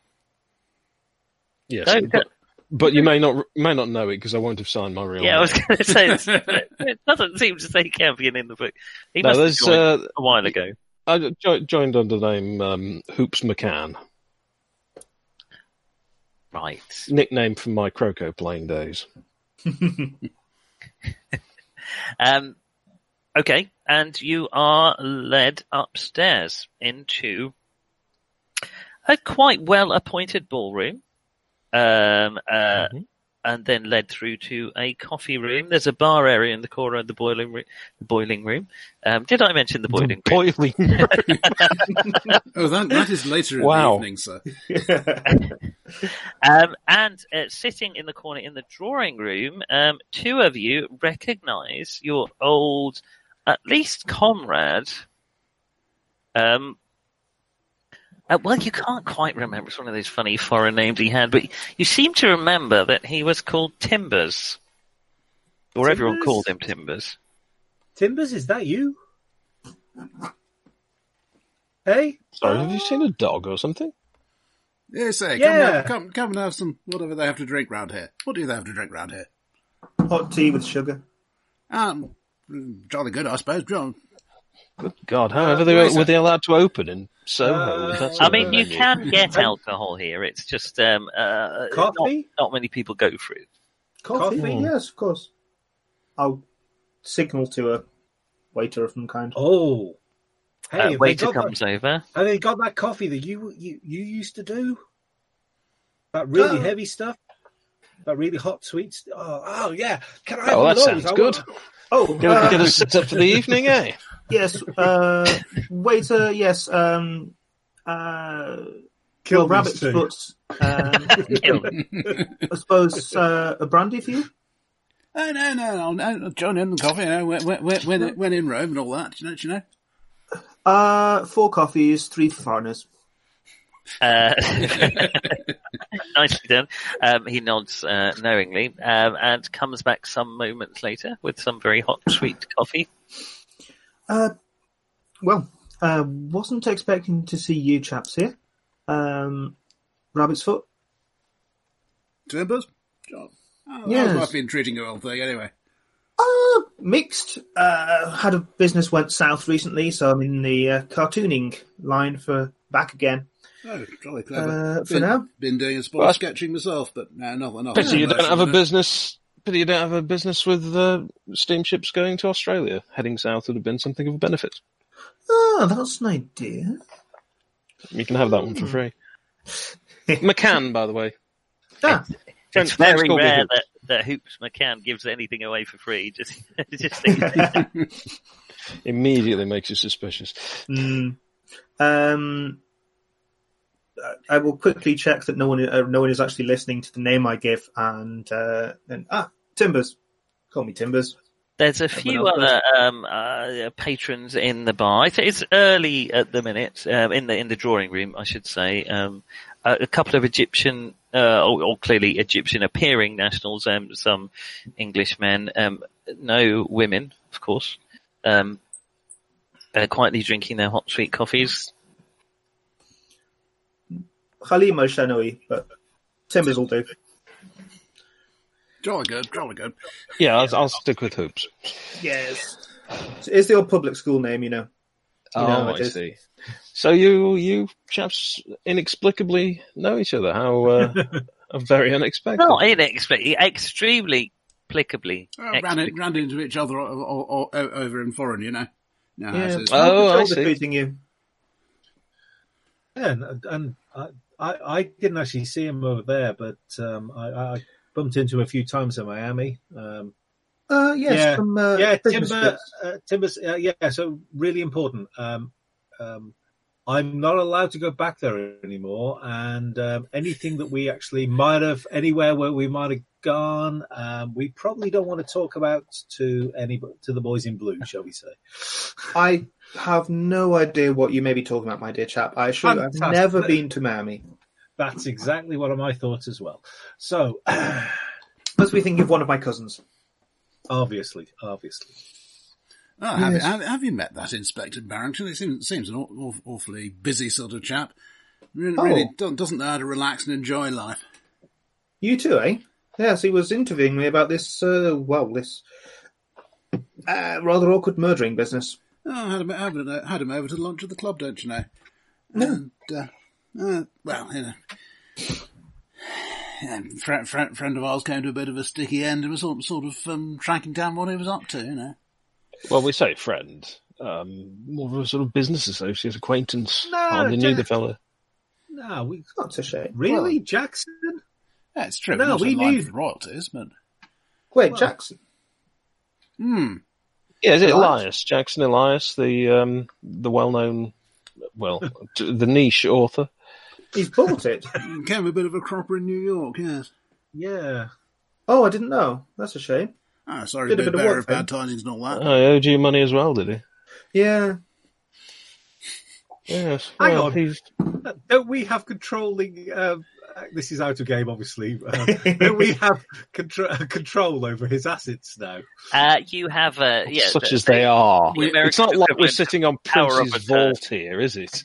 F: Yes.
E: No,
F: but, but you may not may not know it because I won't have signed my real.
E: Yeah, I
F: name.
E: was going to say, it's, it doesn't seem to say Campion in the book. He
F: no,
E: must have
F: there's.
E: joined
F: Uh,
E: a while ago.
F: I jo- joined under the name um, Hoops McCann,
E: Right.
F: nickname from my croco playing days.
E: Um, okay, and you are led upstairs into a quite well appointed ballroom, um, uh, and then led through to a coffee room. There's a bar area in the corner of the boiling room. The boiling room. Um, did I mention the boiling room?
F: Boiling.
A: Oh, that that is later in the
F: Wow.
A: evening, sir.
E: Um, and uh, sitting in the corner in the drawing room, um, two of you recognise your old, at least comrade. Um, uh, well, you can't quite remember. It's one of those funny foreign names he had, but you seem to remember that he was called Timbers, or everyone
H: Timbers?
E: called him Timbers.
H: Timbers, is that you? Hey?
F: Sorry, have you seen a dog or something?
A: Yeah, say, come,
H: Yeah.
A: have- come, come and have some whatever they have to drink round here. What do they have to drink round here?
G: Hot tea with sugar.
A: Um, mm, jolly good, I suppose. John,
F: Good God! However,
A: Uh,
F: they
A: yes,
F: were, were
A: sir.
F: they allowed to open in Soho?
H: Uh,
F: Is that
E: I
F: sort of
E: mean,
F: a
E: you
F: venue?
E: can get alcohol here. It's just um, uh, not,
H: Coffee?
E: not many people go for it.
G: Coffee,
H: Coffee?
G: yes, of course. I'll signal to a waiter of some kind.
H: Oh. Hey,
E: Uh,
H: have, they
E: waiter
H: got
E: comes
H: that,
E: over.
H: have they got that coffee that you you, you used to do? That really
A: Oh.
H: heavy stuff? That really hot sweets? Oh, oh yeah. Can I have
F: Oh, that
H: loads?
F: sounds
H: I
F: good.
H: want-
G: Oh,
F: Get,
G: uh,
F: a- get us set up for the evening, eh?
G: yes, uh, waiter, yes, um, uh,
H: Kill
G: well, rabbit's
H: these two.
G: foot. Um,
E: Kill
G: I suppose uh, a brandy for you.
A: oh no, no, no, no, no, John and coffee. You know, when, when, when, when in Rome and all that, don't you know?
G: Uh, four coffees, three for foreigners.
E: Uh, nicely done. Um, he nods uh, knowingly um, and comes back some moments later with some very hot, sweet coffee.
G: Uh, well, uh, wasn't expecting to see you chaps here. Um, rabbit's foot.
A: Timbers, John. Oh,
G: Yes.
A: How's life been treating you, old thing? Anyway,
G: Uh, mixed. Uh, had a business went south recently, so I'm in the uh, cartooning line for back again.
A: oh, jolly clever.
G: Uh, for
A: been,
G: now?
A: been doing a spot
F: Well,
A: of
F: I-
A: sketching myself, but no, not enough.
F: Pity you don't
A: immersion
F: have
A: in
F: a
A: it.
F: business. Pity you don't have a business with uh, steamships going to Australia. Heading south would have been something of a benefit.
G: Oh, that's an idea.
F: You can have that one for free. McCann, by the way.
G: Ah,
F: Friends-
E: it's
F: friends
E: very
F: call me
E: rare
F: Hoop.
E: that, that Hoops McCann gives anything away for free. Just, just think,
F: Immediately makes you suspicious.
G: mm, um, I will quickly check that no one uh, no one is actually listening to the name I give, and uh, and ah, Timbers, call me Timbers.
E: There's a
G: Someone
E: few
G: else
E: other um, uh, patrons in the bar. It's, it's early at the minute um, in the in the drawing room, I should say. Um, a, a couple of Egyptian, uh, or, or clearly Egyptian appearing nationals, um, some Englishmen, um, no women, of course. Um, uh, quietly drinking their hot sweet coffees.
G: Halima Shanoi, but Timbers will do.
A: Jolly good, jolly good.
F: Yeah, I'll, I'll stick with hoops.
G: Yes, it's the old public school name, you know. You
F: oh,
G: know, it
F: I
G: is.
F: see. So you you chaps inexplicably know each other. How uh, very unexpected.
E: Not inexplicably, extremely applicably.
A: Uh, ran, in, ran into each other or, or, or, o over in foreign, you know. No,
F: Yeah.
A: it's- it's-
F: Oh, I
G: Shoulder
F: see.
G: beating you.
H: Yeah, and, and I, I I didn't actually see him over there, but um, I, I bumped into him a few times in Miami. Um,
G: Uh, yes,
H: Yeah.
G: from uh,
H: yeah,
G: Christmas
H: Timber,
G: bits.
H: uh, Timber's, uh, yeah, so really important. Um, um, I'm not allowed to go back there anymore, and um, anything that we actually might have, anywhere where we might have gone, um, we probably don't want to talk about to any to the boys in blue, shall we say?
G: I have no idea what you may be talking about, my dear chap. I assure you, I've
H: Fantastic.
G: never been to Miami.
H: That's exactly what my thoughts as well. So
G: Must be thinking of one of my cousins.
H: obviously, obviously,
A: Oh, have, you, have, have you met that Inspector Barrington? He seems, seems an aw, aw, awfully busy sort of chap. Really,
G: Oh.
A: really do- doesn't know how to relax and enjoy life.
G: You too, eh? Yes, he was interviewing me about this, uh, well, this uh, rather awkward murdering business.
A: Oh, had him, had, him, had him over to lunch at the club, don't you know? And, uh, uh, well, you know. Yeah, friend, friend, friend of ours came to a bit of a sticky end and was sort, sort of um, tracking down what he was up to, you know.
F: Well, we say friend, um, more of a sort of business associate, acquaintance.
H: No,
F: Hardly knew
H: Jack.
F: the fella.
H: no, we
G: That's a shame.
H: really Jackson.
A: Yeah, it's true.
H: No,
A: not
H: we
A: in line
H: knew-
A: with royalties, but
G: Well, wait, Jackson.
A: hmm.
F: Yeah, is it
G: Elias?
F: Elias? Jackson Elias, the um, the well-known, well, t- the niche author.
G: He's bought it.
A: Came Mm, a bit of a cropper in New York, yes.
H: Yeah,
G: oh, I didn't know. That's a shame.
A: Ah, sorry,
G: Did a
A: bit
G: bit of
A: bearer
G: work
A: of bad tidings and all that.
F: I Oh, owed you money as well, did he?
G: Yeah.
F: Yes.
H: Hang
F: well,
H: on.
F: he's-
H: don't we have controlling? Uh, this is out of game, obviously. Uh, don't we have contro- uh, control over his assets now?
E: Uh, you have a yeah,
F: such
E: the-
F: as they are.
E: the American
F: It's not like we're
E: equivalent
F: sitting on
E: Power of
F: Prince's
E: Attorney.
F: vault here, is it?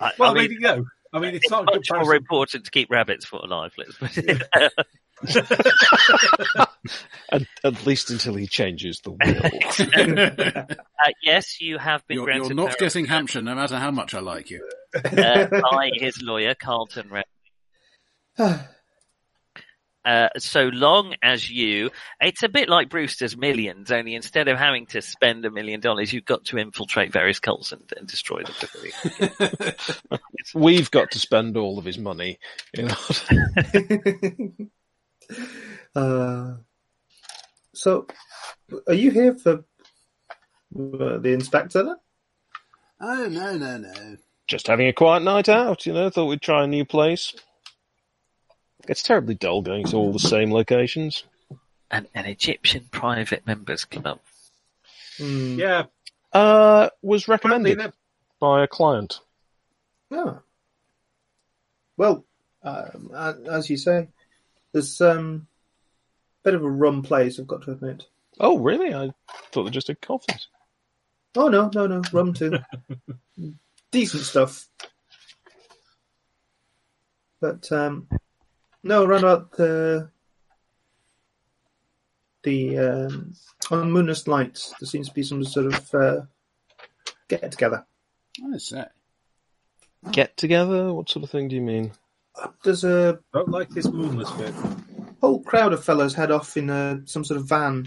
E: I, I
H: Well,
E: mean,
H: there you go. I mean, it's,
E: it's
H: not a
E: much more
H: comparison.
E: important to keep rabbits for alive. Let's put it. that way.
F: At, at least until he changes the will.
E: Uh, yes, you have been
A: You're,
E: granted
A: you're not
E: parole,
A: getting Hampshire, no matter how much I like you.
E: uh, by his lawyer, Carlton Red. Uh, so long as you, it's a bit like Brewster's Millions, only instead of having to spend a million dollars, you've got to infiltrate various cults and, and destroy them.
F: We've got to spend all of his money. You know?
G: uh, so, are you here for uh, the inspector then?
A: Oh, no, no, no.
F: Just having a quiet night out, you know. Thought we'd try a new place. It's terribly dull going to all the same locations.
E: An, an Egyptian private members club.
G: Hmm.
H: Yeah,
F: Uh, was
H: apparently
F: recommended
H: they're,
F: by a client.
G: Oh. Well, um, a- as you say, there's um, a bit of a rum place, I've got to admit.
F: Oh, really? I thought they just did coffees.
G: Oh, no, no, no, rum too. Decent stuff. But, um, no, around about the, the, um, on Moonless Nights, there seems to be some sort of uh, get together.
A: I say.
F: Get together? What sort of thing do you mean?
G: There's a
H: don't like this moonless bit.
G: whole crowd of fellas head off in a, some sort of van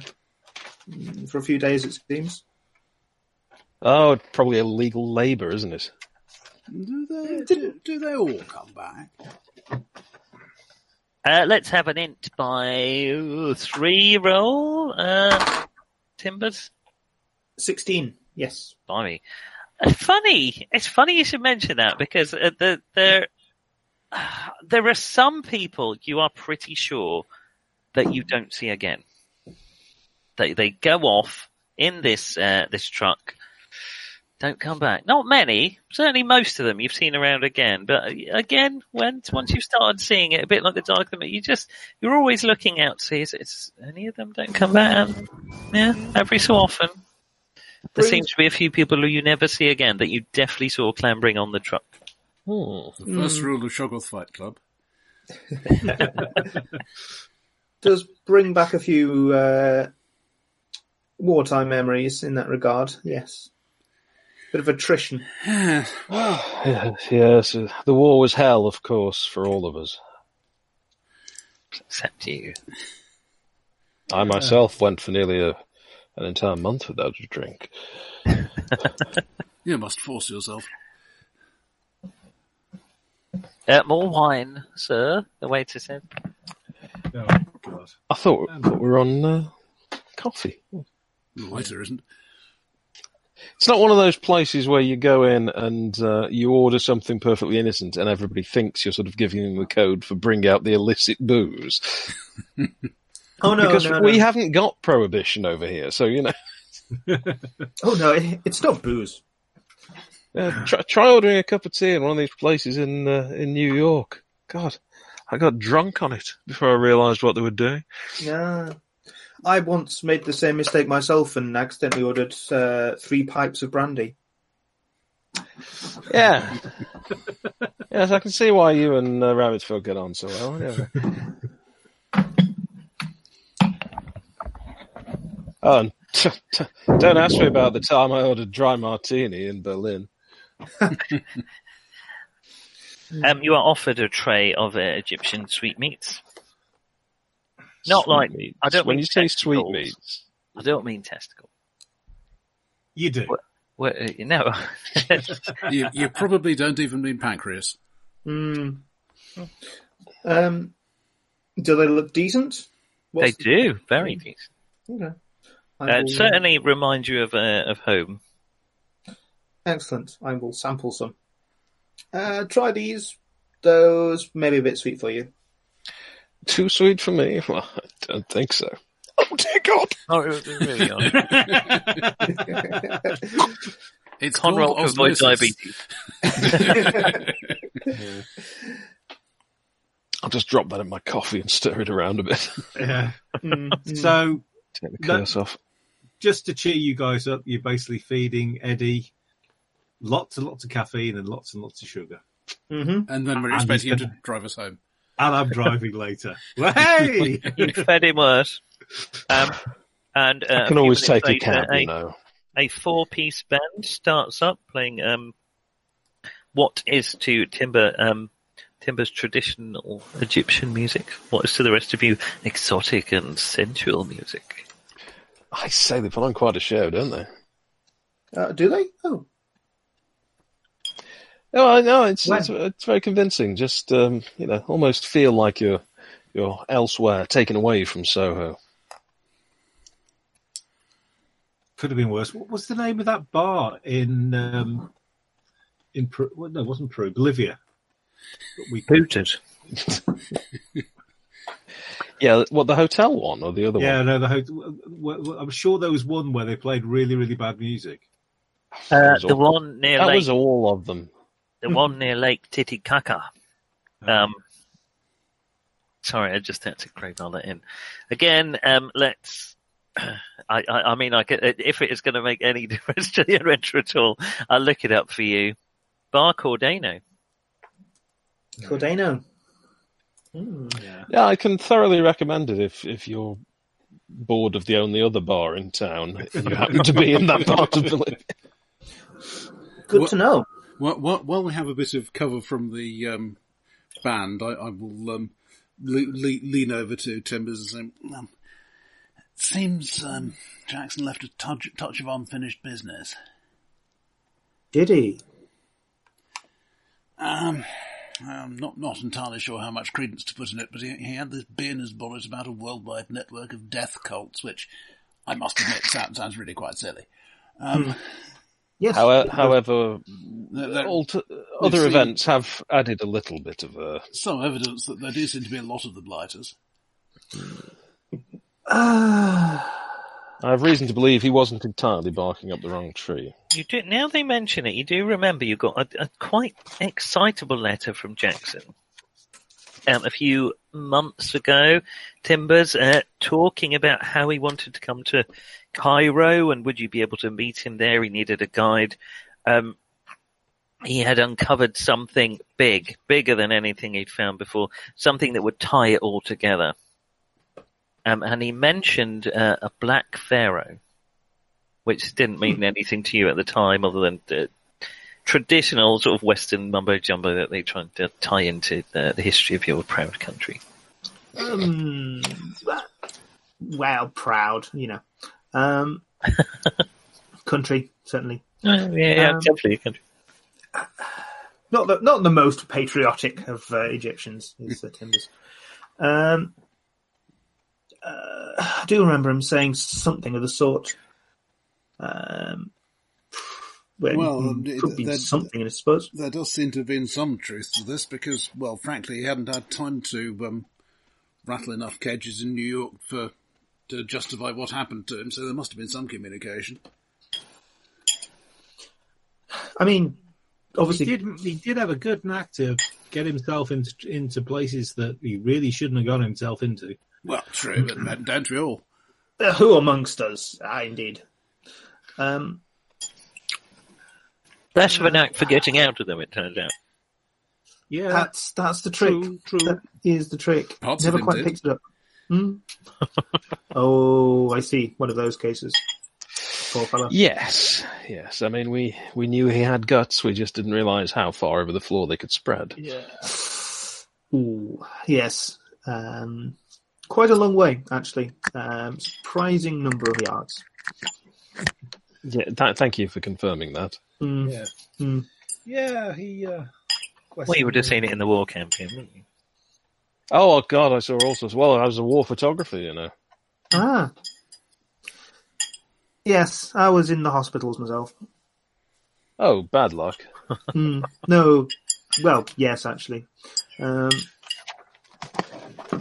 G: mm, for a few days, it seems.
F: Oh, probably illegal labour, isn't it?
A: Do they, do, do they all come back?
E: Uh, let's have an int by uh, three roll, uh, Timbers.
G: Sixteen. Yes.
E: Blimey. It's funny. It's funny you should mention that because uh, the, there there are some people you are pretty sure that you don't see again. They they go off in this uh, this truck, don't come back. Not many, certainly most of them you've seen around again. But uh, again, when once you've started seeing it, a bit like the dark Knight, you just you're always looking out to see is, is any of them don't come back. And, yeah, every so often. There seems to be a few people who you never see again that you definitely saw clambering on the truck.
A: The first rule of Shoggoth Fight Club.
G: does bring back a few uh, wartime memories in that regard. Yes, bit of attrition.
F: Yes, yes. The war was hell, of course, for all of us.
E: Except you.
F: I myself went for nearly a, an entire month without a drink.
A: You must force yourself.
E: Uh, more wine, sir, the waiter said.
H: Oh, God.
F: I thought we were on uh, coffee.
A: The waiter isn't.
F: It's not one of those places where you go in and uh, you order something perfectly innocent and everybody thinks you're sort of giving them the code for bring out the illicit booze.
G: Oh no,
F: because
G: no, no.
F: we haven't got prohibition over here, so, you know,
G: Oh no, it, it's not booze.
F: uh, try, try ordering a cup of tea in one of these places in, uh, in New York. God, I got drunk on it before I realised what they were doing.
G: No. I once made the same mistake myself and accidentally ordered uh, three pipes of brandy.
F: Yeah. yes, I can see why you and uh, Rabbitfield get on so well. Yeah. oh, and t- t- don't ask me about the time I ordered dry martini in Berlin.
E: Um, you are offered a tray of uh, Egyptian sweetmeats. Not like
F: Sweetmeats.
E: I don't
F: When
E: mean
F: you say
E: testicles.
F: sweetmeats,
E: I don't mean testicle.
H: You do.
E: Well, uh, you know,
A: You, you probably don't even mean pancreas.
G: Mm. Um, do they look decent?
E: they
G: What's-
E: do very decent.
G: Okay. I
E: Uh,
G: will-
E: certainly remind you of uh, of home.
G: Excellent. I will sample some. Uh, try these. Those may be a bit sweet for you.
F: too sweet for me? Well, I don't think so. Oh dear God!
A: It's
E: Conroe
A: called
E: to avoid
A: osmosis.
E: diabetes.
F: I'll just drop that in my coffee and stir it around a bit.
H: Yeah.
G: Mm, mm.
H: So
F: Take the
H: No.
F: curse off.
H: just to cheer you guys up, you're basically feeding Eddie lots and lots of caffeine and lots and lots of sugar.
G: Mhm.
A: And then we're
H: And
A: expecting him
H: he's
A: to drive us home.
H: And I'm driving later. Hey!
E: You fed him worse. Um, and uh,
F: I can
E: a
F: always
E: few minutes
F: take a
E: later,
F: cab, you know.
E: a four piece band starts up playing um, what is to Timber um, Timber's traditional Egyptian music, what is to the rest of you exotic and sensual music.
F: I say they put on quite a show, don't they?
G: Uh, do they? Oh,
F: No, Oh, I know it's,
G: When?
F: it's it's very convincing. Just um, you know, almost feel like you're you're elsewhere, taken away from Soho.
H: Could have been worse. What was the name of that bar in um, in Peru? Well, no, it wasn't Peru. Bolivia. That We,
E: Booted.
F: Yeah, what the hotel one or the other
H: yeah,
F: one?
H: no, the hotel. well, well, I'm sure there was one where they played really, really bad music.
E: Uh,
F: was
E: the
F: all-
E: one near
F: That
E: Lake,
F: was all of them.
E: the one near Lake Titicaca. Um, sorry, I just had to crave all that in. Again, um, let's. I, I, I mean, I could, if it is going to make any difference to the adventure at all, I'll look it up for you. Bar Cordano.
G: Cordano.
F: Yeah, I can thoroughly recommend it if if you're bored of the only other bar in town and you happen to be in that part of the.
G: Good
A: What-
G: to know.
A: While, while, while we have a bit of cover from the um, band, I, I will um, le- le- lean over to Timbers and say, um, "Seems um, Jackson left a touch, touch of unfinished business."
G: Did he?
A: Um, I'm not, not entirely sure how much credence to put in it, but he, he had this bee in his bonnet about a worldwide network of death cults, which I must admit sounds, sounds really quite silly. Um,
G: Yes.
F: However, however
A: There- there-
F: alter, other
A: seen-
F: events have added a little bit of a.
A: some evidence that there do seem to be a lot of the blighters.
F: I have reason to believe he wasn't entirely barking up the wrong tree.
E: You do, now they mention it, you do remember you got a, a quite excitable letter from Jackson um, a few months ago, Timbers, uh, talking about how he wanted to come to Cairo and would you be able to meet him there? He needed a guide. Um, he had uncovered something big, bigger than anything he'd found before, something that would tie it all together. Um, and he mentioned uh, a black pharaoh which didn't mean anything to you at the time other than the traditional sort of Western mumbo jumbo that they try to tie into the, the history of your proud country.
G: Um, well, proud, you know. Um, country, certainly.
E: Oh, yeah, yeah,
G: Um,
E: definitely.
G: Not the, not the most patriotic of uh, Egyptians, is the Timbers. Um, uh, I do remember him saying something of the sort. Um, well,
A: Well,
G: mm,
A: it-
G: could be
A: that-
G: something, I suppose.
A: There does seem to have been some truth to this because, well, frankly, he hadn't had time to um, rattle enough cages in New York for to justify what happened to him. So there must have been some communication.
G: I mean, obviously,
H: He did. He did have a good knack to get himself into into places that he really shouldn't have got himself into.
A: Well, true, but don't- don't we all?
G: Uh, who amongst us? Ah, indeed. Um,
E: Less of a knack for getting out of them, it turns out.
H: Yeah,
G: that's that's the trick.
H: True, true.
G: That is the trick.
A: Parts of
G: Never
A: him
G: quite
A: did.
G: picked it up. Hmm? oh, I see. One of those cases. Poor fellow.
F: Yes, yes. I mean, we, we knew he had guts. We just didn't realise how far over the floor they could spread.
G: Yeah. Ooh, yes. Um, quite a long way, actually. Um, surprising number of yards.
F: Yeah, th- thank you for confirming that.
G: Hmm.
H: yeah,
G: Hmm.
H: yeah. He. Uh,
E: Well, you would have seen it in the war campaign, wouldn't you?
F: Oh God, I saw all sorts. Well, I was a war photographer, you know.
G: Ah. Yes, I was in the hospitals myself.
F: Oh, bad luck.
G: Hmm. no, well, yes, actually. Um,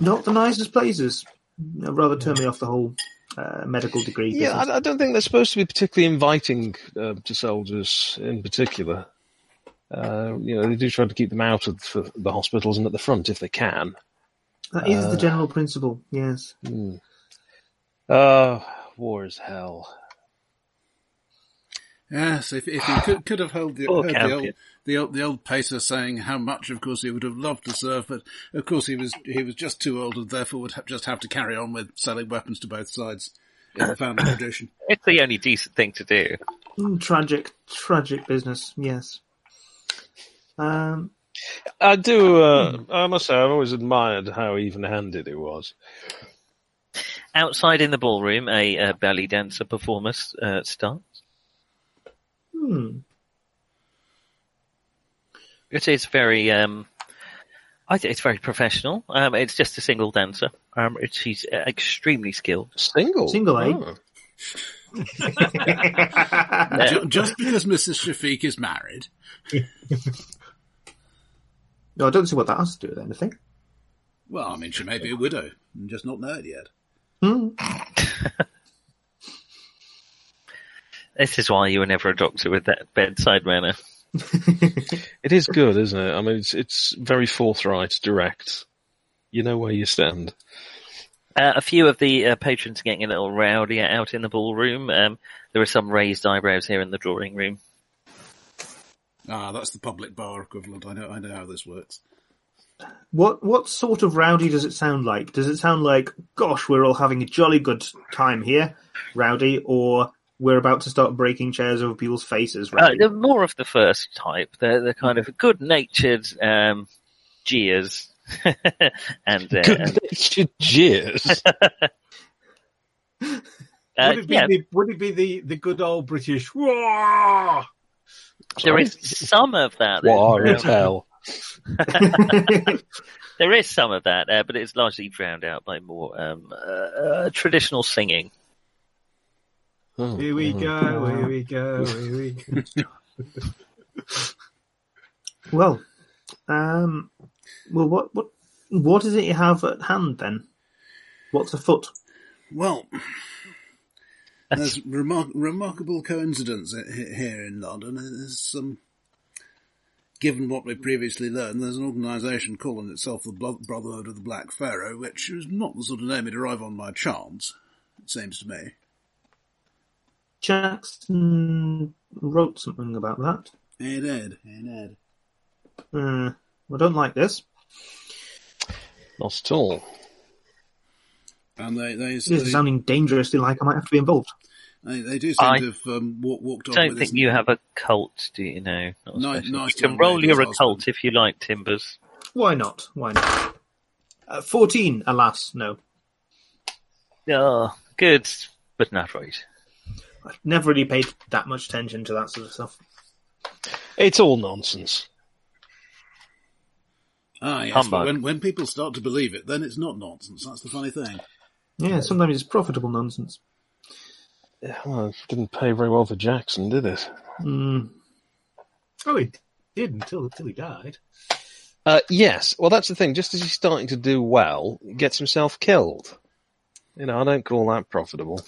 G: not the nicest places. No, rather turn me off the whole uh, medical degree.
F: Yeah,
G: business.
F: I, I don't think they're supposed to be particularly inviting uh, to soldiers in particular. Uh, you know, they do try to keep them out of the, the hospitals and at the front if they can.
G: that is the
F: uh,
G: general principle. Yes.
F: Mm. Uh, war is hell.
A: Yes, if, if he could, could have held the,
E: Poor
A: heard the,
E: Campion.
A: old, the old the old pacer saying how much, of course, he would have loved to serve, but of course he was he was just too old and therefore would ha- just have to carry on with selling weapons to both sides in the family tradition.
E: It's the only decent thing to do.
G: Mm, tragic, tragic business. Yes. Um,
F: I do. Uh, I must say, I've always admired how even-handed it was.
E: Outside in the ballroom, a uh, belly dancer performance uh, starts.
G: hmm.
E: It is very, um, I think it's very professional. Um, it's just a single dancer. Um, it, she's uh, extremely skilled.
F: Single,
G: Single, eh?
F: Oh.
A: Ju- Just because Mrs. Shafiq is married,
G: No, I don't see what that has to do with anything.
A: well, I mean, she may be a widow and just not know it yet.
G: Hmm.
E: This is why you were never a doctor with that bedside manner.
F: It is good, isn't it? I mean, it's it's very forthright, direct. You know where you stand.
E: Uh, a few of the uh, patrons are getting a little rowdy out in the ballroom. Um, there are some raised eyebrows here in the drawing room.
A: Ah, that's the public bar equivalent. I know, I know how this works.
G: What what sort of rowdy does it sound like? Does it sound like, gosh, we're all having a jolly good time here, rowdy, or we're about to start breaking chairs over people's faces,
E: Uh,
G: rowdy?
E: they're more of the first type. They're, they're kind of good-natured um, jeers. and uh,
F: Good natured jeers.
E: uh,
H: would it be,
E: yeah,
H: the, would it be the, the good old British? Whoa!
E: there is some of that.
F: War is hell.
E: There is some of that, uh, but it's largely drowned out by more um, uh, uh, traditional singing.
F: Oh,
H: Here we
F: oh.
H: go, here we go, here we go.
G: Well, um, well, what what what is it you have at hand then? What's a foot?
A: Well, there's remar- remarkable coincidence he- he- here in London. There's some, given what we previously learned, there's an organisation calling itself the Blo- Brotherhood of the Black Pharaoh, which is not the sort of name you'd arrive on by chance. It seems to me.
G: Jackson wrote something about that.
A: Hey Ned, hey Ned.
G: Uh, I don't like this.
F: Not at all.
A: And they they
G: This is
A: they,
G: sounding dangerously like I might have to be involved.
A: they, they do seem
E: I
A: to have um, walk, walked off.
E: I don't
A: with
E: think
A: this-
E: you have a cult, do you know? Not
A: Ni-
E: especially.
A: nice
E: you can
A: young
E: roll
A: lady
E: your
A: as
E: occult
A: husband.
E: if you like, Timbers.
G: Why not? Why not? Uh, Fourteen, alas, no.
E: Oh, good, but not right.
G: I've never really paid that much attention to that sort of stuff.
F: It's all nonsense.
A: Ah, yes.
E: Humbug.
A: But when when people start to believe it, then it's not nonsense. That's the funny thing.
G: Yeah, sometimes it's profitable nonsense.
F: Yeah, well, it didn't pay very well for Jackson, did it?
G: Mm.
H: Oh, it did until, until he died.
F: Uh, yes. Well, that's the thing. Just as he's starting to do well, he gets himself killed. You know, I don't call that profitable.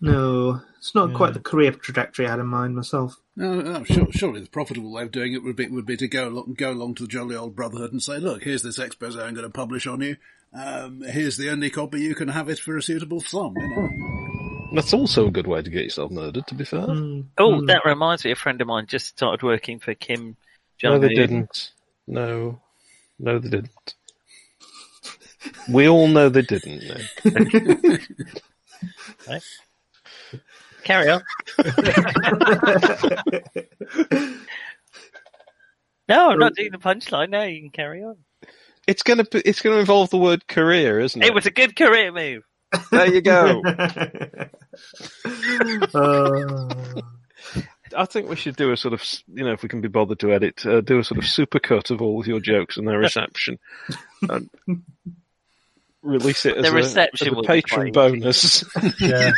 G: No, it's not quite the career trajectory I had in mind myself.
A: No, no, sure, surely the profitable way of doing it would be would be to go along, go along to the jolly old brotherhood and say, "Look, here's this expose I'm going to publish on you. Um, here's the only copy you can have it for a suitable sum." You know?
F: That's also a good way to get yourself murdered, to be fair.
E: Oh,
F: Hmm.
G: Mm.
E: that reminds me. A friend of mine just started working for Kim Jong
F: no,
E: Un.
F: they didn't. No. No, they didn't. We all know they didn't. No.
E: Carry on. no, I'm not doing the punchline. No, you can carry on.
F: It's gonna be- it's gonna involve the word career, isn't it?
E: It was a good career move.
F: there you go.
G: Uh,
F: I think we should do a sort of s- you know if we can be bothered to edit, uh, do a sort of supercut of all of your jokes and their reception, and release it as
E: The
F: a,
E: reception
F: as a
E: will be quite-
F: patron bonus.
H: Yeah.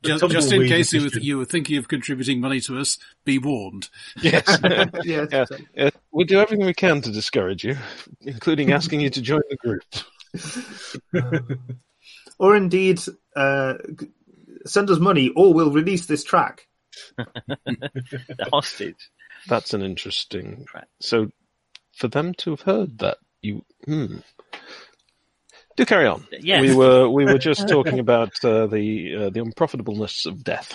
A: Just, just in
H: tumbleweed
A: case you were,
H: edition.
A: you were thinking of contributing money to us, be warned.
F: yes,
G: yes.
F: Yeah. Yeah. we do everything we can to discourage you, including asking you to join the group.
G: Or indeed, uh, g- send us money or we'll release this track.
E: The hostage.
F: That's an interesting.
E: Right.
F: So, for them to have heard that, you hmm. Do carry on.
E: Yes.
F: We were we were just talking about uh, the uh, the unprofitableness of death.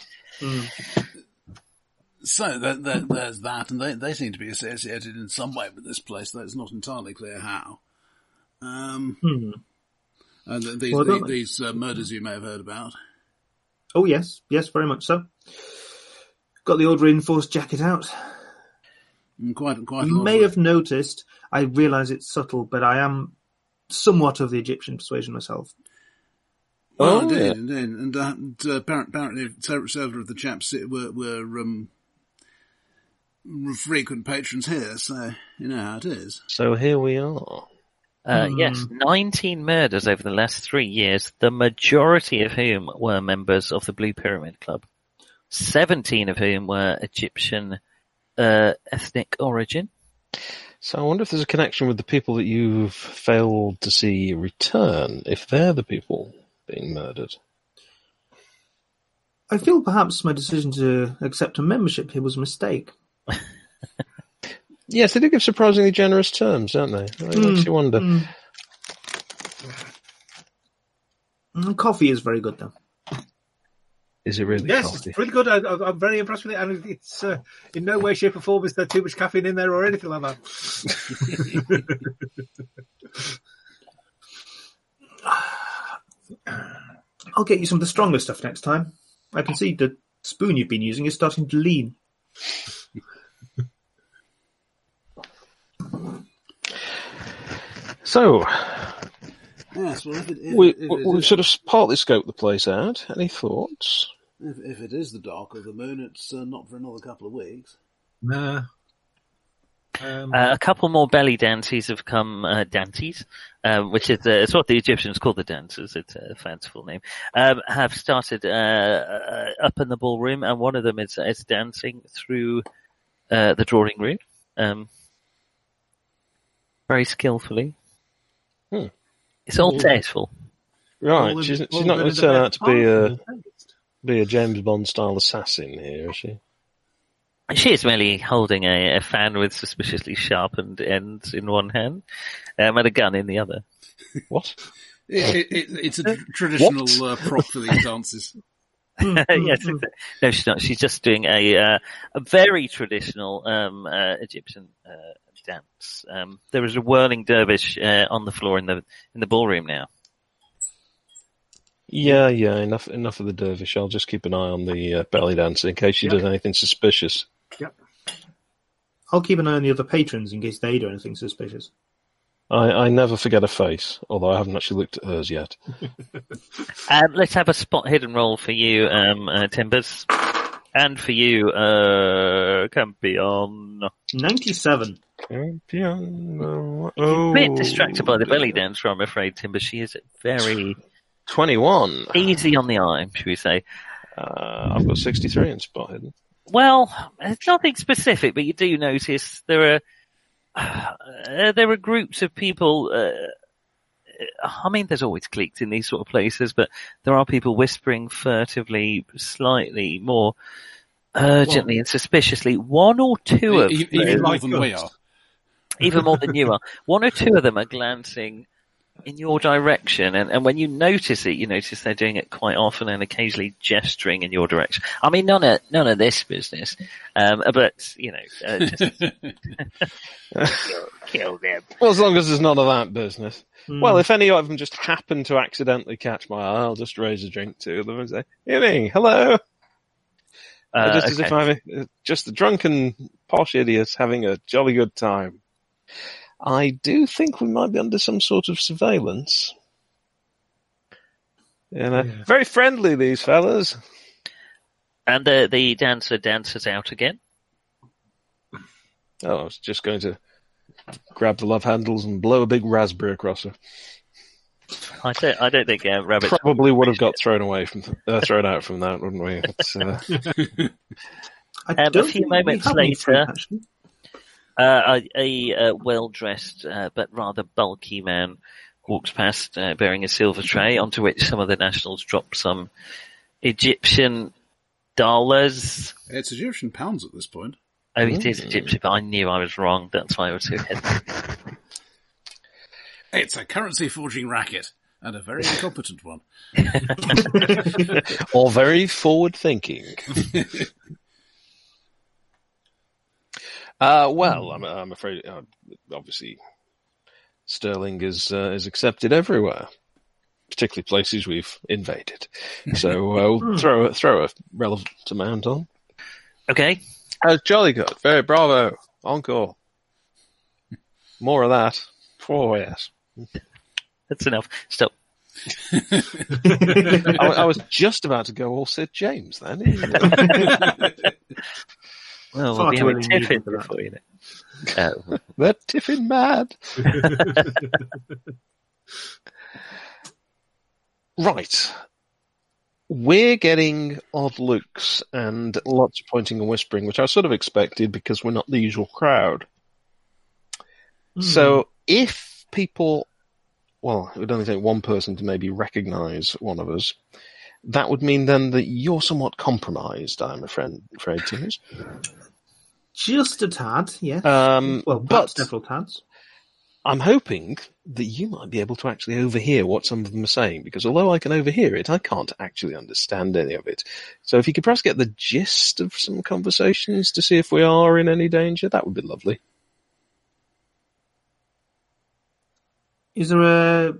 A: So there, there, there's that, and they, they seem to be associated in some way with this place, though it's not entirely clear how. Um,
G: Hmm.
A: and th- these
G: Well,
A: the-
G: that-
A: these uh, murders you may have heard about.
G: Oh, yes. Yes, very much so. Got the old reinforced jacket out.
A: And mm, Quite quite. a
G: You
A: lot
G: may
A: of-
G: have noticed, I realise it's subtle, but I am somewhat of the Egyptian persuasion myself.
A: Well,
F: Oh,
A: indeed,
F: yeah.
A: indeed. And, uh, and uh, appar- apparently, several several of the chaps were, were um, frequent patrons here, so you know how it is.
F: So here we are.
E: Uh, Yes, 19 murders over the last three years, the majority of whom were members of the Blue Pyramid Club. 17 of whom were Egyptian uh, ethnic origin.
F: So I wonder if there's a connection with the people that you've failed to see return, if they're the people being murdered.
G: I feel perhaps my decision to accept a membership here was a mistake.
F: Yes, they do give surprisingly generous terms, don't they? It
A: Hmm.
F: makes you wonder.
G: Mm, Coffee is very good, though.
F: Is it really
H: Yes,
F: coffee?
H: it's really good. I, I- I'm very impressed with it, and it's uh, in no way, shape, or form is there too much caffeine in there or anything like that.
G: I'll get you some of the stronger stuff next time. I can see the spoon you've been using is starting to lean.
F: So
A: Yes, well, if it, if,
F: we,
A: if,
F: we,
A: it
F: we've
A: is,
F: sort of partly scoped the place out. Any thoughts?
A: if, if it is the dark of the moon, it's uh, not for another couple of weeks.
H: Nah. Um,
E: Uh, a couple more belly dances have come, uh, dantes, um, which is uh, it's what the Egyptians call the dancers. It's a fanciful name. Um, have started uh, uh, up in the ballroom, and one of them is is dancing through uh, the drawing room, um, very skillfully.
F: Hmm.
E: It's all
F: Ooh.
E: tasteful.
F: Right,
H: all in-
F: she's, she's
H: all
F: not going
H: good at
F: to
H: the
F: turn
H: best
F: out to be
H: part
F: a
H: of it.
F: be a James Bond style assassin here, is she?
E: She is merely holding a, a fan with suspiciously sharpened ends in one hand, um, and a gun in the other.
F: What?
A: It, it, it, it's a tr- traditional uh, prop for these dances.
E: yes, exactly. no, she's not. She's just doing a uh, a very traditional um, uh, Egyptian uh, dance. Um, there is a whirling dervish uh, on the floor in the in the ballroom now.
F: Yeah, yeah. Enough, enough of the dervish. I'll just keep an eye on the uh, belly dancer in case she
G: Yep.
F: does anything suspicious.
G: I'll keep an eye on the other patrons in case they do anything suspicious.
F: I, I never forget a face, although I haven't actually looked at hers yet.
E: Um, let's have a spot hidden roll for you, um, uh, Timbers, and for you, uh, Campion.
G: Ninety-seven.
F: Champion.
E: A bit distracted by the belly dancer, I'm afraid, Timbers. She is very
F: Twenty-one.
E: easy on the eye, should we say?
F: Uh, I've got sixty-three in spot hidden.
E: Well, it's nothing specific, but you do notice there are uh, there are groups of people. Uh, I mean, there's always cliques in these sort of places, but there are people whispering furtively, slightly more urgently and suspiciously. One or two of
A: E- e-
E: them,
A: even more
H: like
A: than we
H: us.
A: are.
E: even more than you are, one or two of them are glancing in your direction, and, and when you notice it, you notice they're doing it quite often and occasionally gesturing in your direction. I mean, none of none of this business, um, but you know, uh, just kill, kill them.
F: Well, as long as there's none of that business.
H: Hmm.
F: Well, if any of them just happen to accidentally catch my eye, I'll just raise a drink to them and say, "Evening, hello."
E: Uh,
F: just as
E: okay.
F: if I'm a, just a drunken posh idiot having a jolly good time. I do think we might be under some sort of surveillance. You know,
H: Yeah.
F: very friendly these fellas.
E: and the the dancer dances out again.
F: Oh, I was just going to grab the love handles and blow a big raspberry across her.
E: I don't I don't think uh, rabbits.
F: Probably would have got thrown away from uh, thrown out from that, wouldn't we? It's, uh,
G: I
E: a
G: don't
E: few
G: think we
E: moments
G: have any
E: later-
G: fruit, actually.
E: Uh, a a uh, well dressed uh, but rather bulky man walks past uh, bearing a silver tray onto which some of the nationals drop some Egyptian dollars.
A: It's Egyptian pounds at this point.
E: Oh, it is Egyptian, but I knew I was wrong. That's why I was so hesitant.
A: It's a currency forging racket and a very incompetent one.
F: or very forward thinking. uh, well, I'm, I'm afraid, uh, obviously, sterling is uh, is accepted everywhere, particularly places we've invaded. So uh, we'll throw a- throw a relevant amount on.
E: Okay,
F: Oh, jolly good, very bravo, encore. More of that. Oh yes.
E: that's enough. Stop.
F: I, I was just about to go all Sid James then.
E: Well, we'll
G: Far
E: be having
G: too early in the
E: tiffin
G: evening for that.
E: before you know. Uh,
F: They're tiffin mad. right. We're getting odd looks and lots of pointing and whispering, which I sort of expected because we're not the usual crowd. So if people, well, it would only take one person to maybe recognize one of us. That would mean then that you're somewhat compromised, I'm afraid, afraid Timmers.
G: just a tad, yeah.
F: Um,
G: well,
F: but
G: perhaps several tads.
F: I'm hoping that you might be able to actually overhear what some of them are saying, because although I can overhear it, I can't actually understand any of it. So if you could perhaps get the gist of some conversations to see if we are in any danger, that would be lovely.
G: Is there a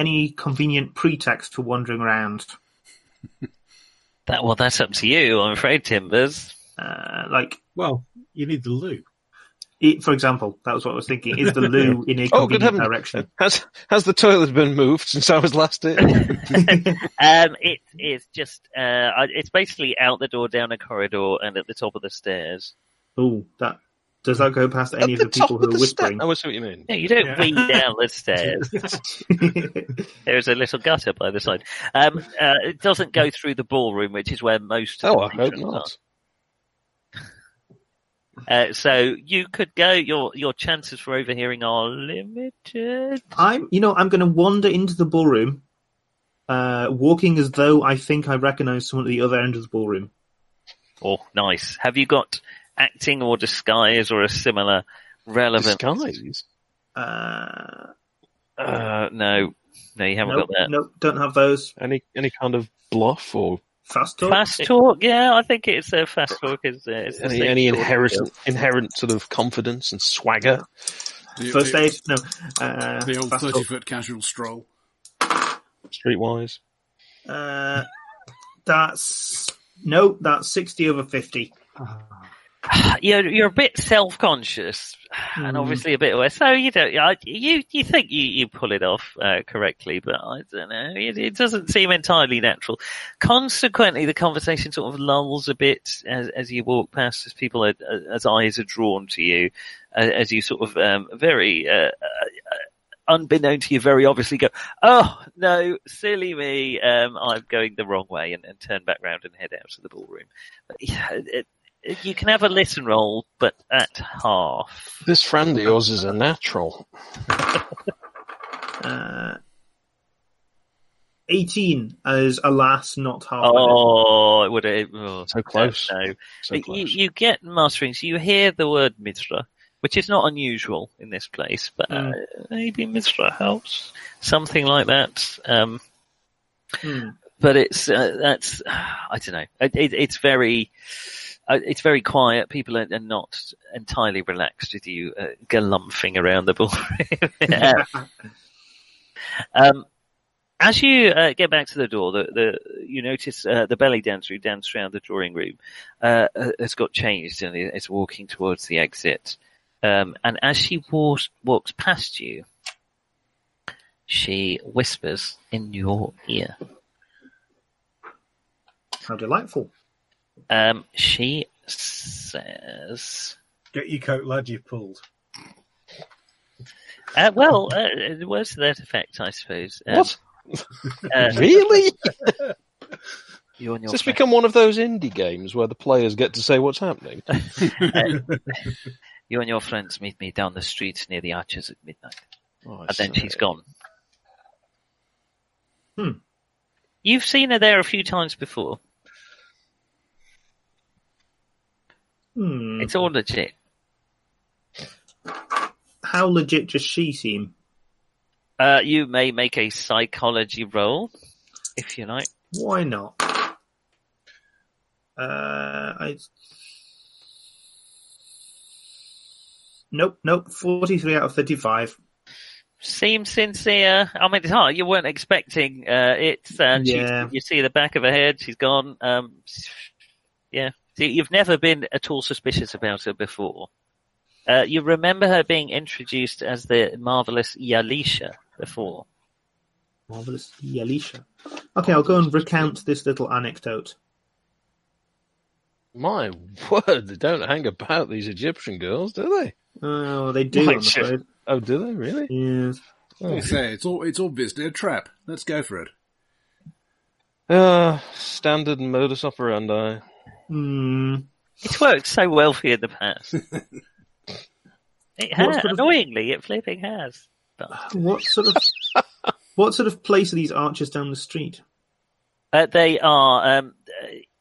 G: any convenient pretext for wandering around?
E: that well, that's up to you. I'm afraid, Timbers.
G: Uh, like,
H: well, you need the loo.
G: it, for example, that was what I was thinking. Is the loo in a
F: Oh, good
G: convenient
F: heaven.
G: direction?
F: Has has the toilet been moved since I was last in?
E: Um, it is just uh, I- it's basically out the door, down a corridor, and at the top of the stairs.
G: Oh, that Does that go past any of the, people who are whispering?
F: I see what you mean.
C: No, you don't
H: Yeah.
C: read down the stairs. There's a little gutter by the side. Um, uh, it doesn't go through the ballroom, which is where most of
F: Oh,
C: the
F: I hope
C: patrons
F: not.
C: are. Uh, so you could go. Your your chances for overhearing are limited.
G: I'm, you know, I'm going to wander into the ballroom, uh, walking as though I think I recognise someone at the other end of the ballroom.
C: Oh, nice. Have you got acting or disguise or a similar relevant?
F: Disguise.
G: Uh,
C: Uh, no, no, you haven't
G: nope,
C: got that.
G: nope, don't have those.
F: Any any kind of bluff or
G: Fast talk.
C: Fast talk, yeah, I think it's uh, fast talk is uh, it's the
F: any,
C: same
F: any
C: sort of
F: inherent
C: skill.
F: inherent sort of confidence and swagger?
A: The,
G: First
A: the,
G: aid. No. Uh,
A: the old
G: fast talk.
A: thirty-foot casual stroll.
F: Streetwise.
G: Uh, that's no. That's sixty over fifty.
C: You're you're a bit self conscious and
G: Hmm.
C: obviously a bit aware. So you don't I- you you think you, you pull it off uh, correctly, but I don't know. It, it doesn't seem entirely natural. Consequently, the conversation sort of lulls a bit as as you walk past, as people are, as eyes are drawn to you, as, as you sort of um, very. Uh, uh, Unbeknown to you, very obviously go, oh no, silly me, um, I'm going the wrong way, and, and turn back round and head out of the ballroom. But, yeah, it, you can have a listen roll, but at half.
F: This friend of yours is a natural.
G: Uh, Eighteen as alas, not half.
C: Oh, it would have. Oh,
F: So close.
C: No.
F: So
C: But you,
F: close.
C: you get musterings. You hear the word Mithra, which is not unusual in this place, but uh, maybe Mithra helps. Something like that. Um,
G: Hmm.
C: but it's uh, that's I don't know. It, it, it's very uh, it's very quiet. People are, are not entirely relaxed with you uh, galumphing around the ballroom. um, as you uh, get back to the door, the, the you notice uh, the belly dancer who danced around the drawing room uh, uh, has got changed and is walking towards the exit. Um, and as she walks, walks past you, she whispers in your ear.
G: How delightful.
C: Um, she says,
H: Get your coat, lad. You've pulled.
C: uh, "Well, uh, words to that effect, I suppose." Um,
F: What?
C: uh,
F: Really?
C: you and your
F: Has this
C: friend.
F: become one of those indie games where the players get to say what's happening?
C: You and your friends meet me down the street near the arches at midnight,
F: Oh,
C: and then
F: sorry.
C: she's gone.
G: Hmm.
C: You've seen her there a few times before.
G: Hmm.
C: It's all legit.
G: How legit does she seem?
C: Uh, you may make a psychology roll, if you like.
G: Why not? Uh, I. Nope, nope. Forty-three out of thirty-five.
C: Seems sincere. I mean, it's hard. You weren't expecting uh, it. Uh, she-
G: Yeah.
C: you see the back of her head. She's gone. Um, yeah. See, you've never been at all suspicious about her before. Uh, you remember her being introduced as the marvelous Yalisha before.
G: Marvelous, Yelisha. Okay, I'll go and recount this little anecdote.
F: My word, they don't hang about these Egyptian girls, do they?
G: Oh, they do.
F: Like
G: I'm
F: shit.
G: afraid.
F: Oh, do they really?
G: Yes.
F: Oh.
A: They say it's all it's obviously a trap. Let's go for it.
F: Uh, standard modus operandi.
G: Hmm.
C: It's worked so well for you in the past. it
G: What
C: has.
G: sort of-
C: Annoyingly, it flipping has.
G: What sort of what sort of place are these archers down the street?
C: Uh, they are, um,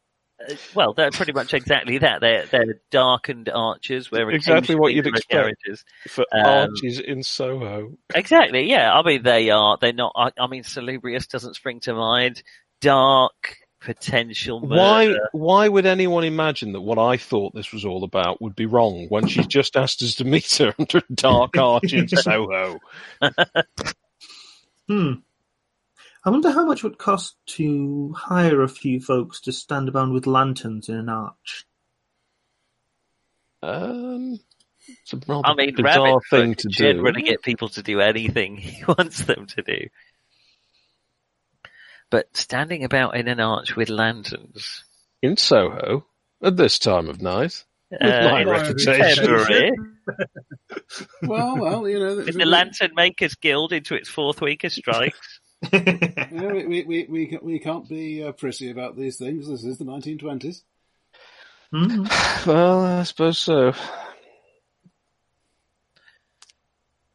C: uh, well, they're pretty much exactly that. They're, they're darkened arches where
F: Exactly what
C: occasionally
F: you'd
C: there are
F: expect.
C: carriages.
F: For
C: Um,
F: arches in Soho.
C: Exactly, yeah. I mean, they are, they're not, I, I mean, salubrious doesn't spring to mind. Dark, potential
F: Why?
C: murder.
F: Why would anyone imagine that what I thought this was all about would be wrong when she's just asked us to meet her under a dark arch in Soho?
G: Hmm. I wonder how much it would cost to hire a few folks to stand about with lanterns in an arch.
F: Um, it's a rather
C: I mean,
F: bizarre
C: Rabbit
F: thing
C: thing
F: to do.
C: generally get people to do anything he wants them to do. But standing about in an arch with lanterns.
F: in Soho at this time of night.
E: uh,
F: My reputation.
E: February.
A: Well, well, you know,
E: The Lantern Makers Guild into its fourth week of strikes.
A: you know, we, we, we, we, can't- we can't be uh, prissy about these things. This is the 1920s.
G: Mm.
F: Well, I suppose so.
G: Mm. Hmm.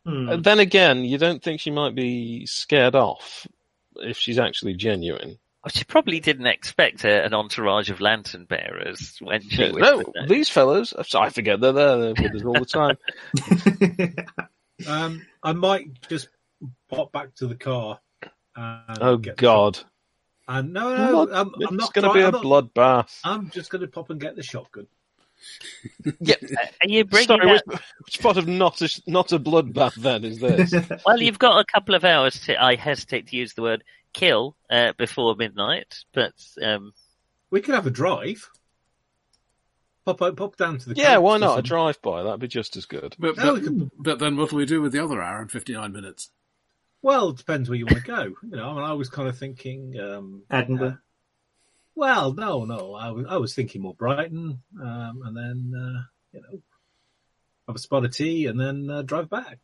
F: Uh,
E: Hmm.
F: Then again, you don't think she might be scared off if she's actually genuine.
E: Oh, She probably didn't expect a, an entourage of lantern bearers when she
F: Yeah,
E: whispered
F: no,
E: that.
F: these fellows, I forget they're there they're with us all the time.
H: Um, I might just pop back to the car. And
F: Oh,
H: get-
F: God.
H: And no, no,
F: Blood-
H: I'm, I'm
F: it's
H: not
F: going to
H: trying-
F: be a
H: I'm not-
F: bloodbath.
H: I'm just going to pop and get the shotgun.
E: Are you bringing
F: Sorry,
E: that-
F: which, which part of not a, not a bloodbath then is this?
E: Well, you've got a couple of hours to. I hesitate to use the word kill uh, before midnight, but um,
H: We could have a drive. Pop o- pop down to the
F: yeah,
H: coast
F: why
H: or
F: not? A
H: something.
F: drive by, that'd be just as good.
A: But,
H: No,
A: but,
H: we could-
A: but then what will we do with the other hour and 59 minutes?
H: Well, it depends where you want to go. You know, I, mean, I was kind of thinking. Um,
G: Edinburgh.
H: well, no, no, I was I was thinking more Brighton, um, and then uh, you know, have a spot of tea and then uh, drive back.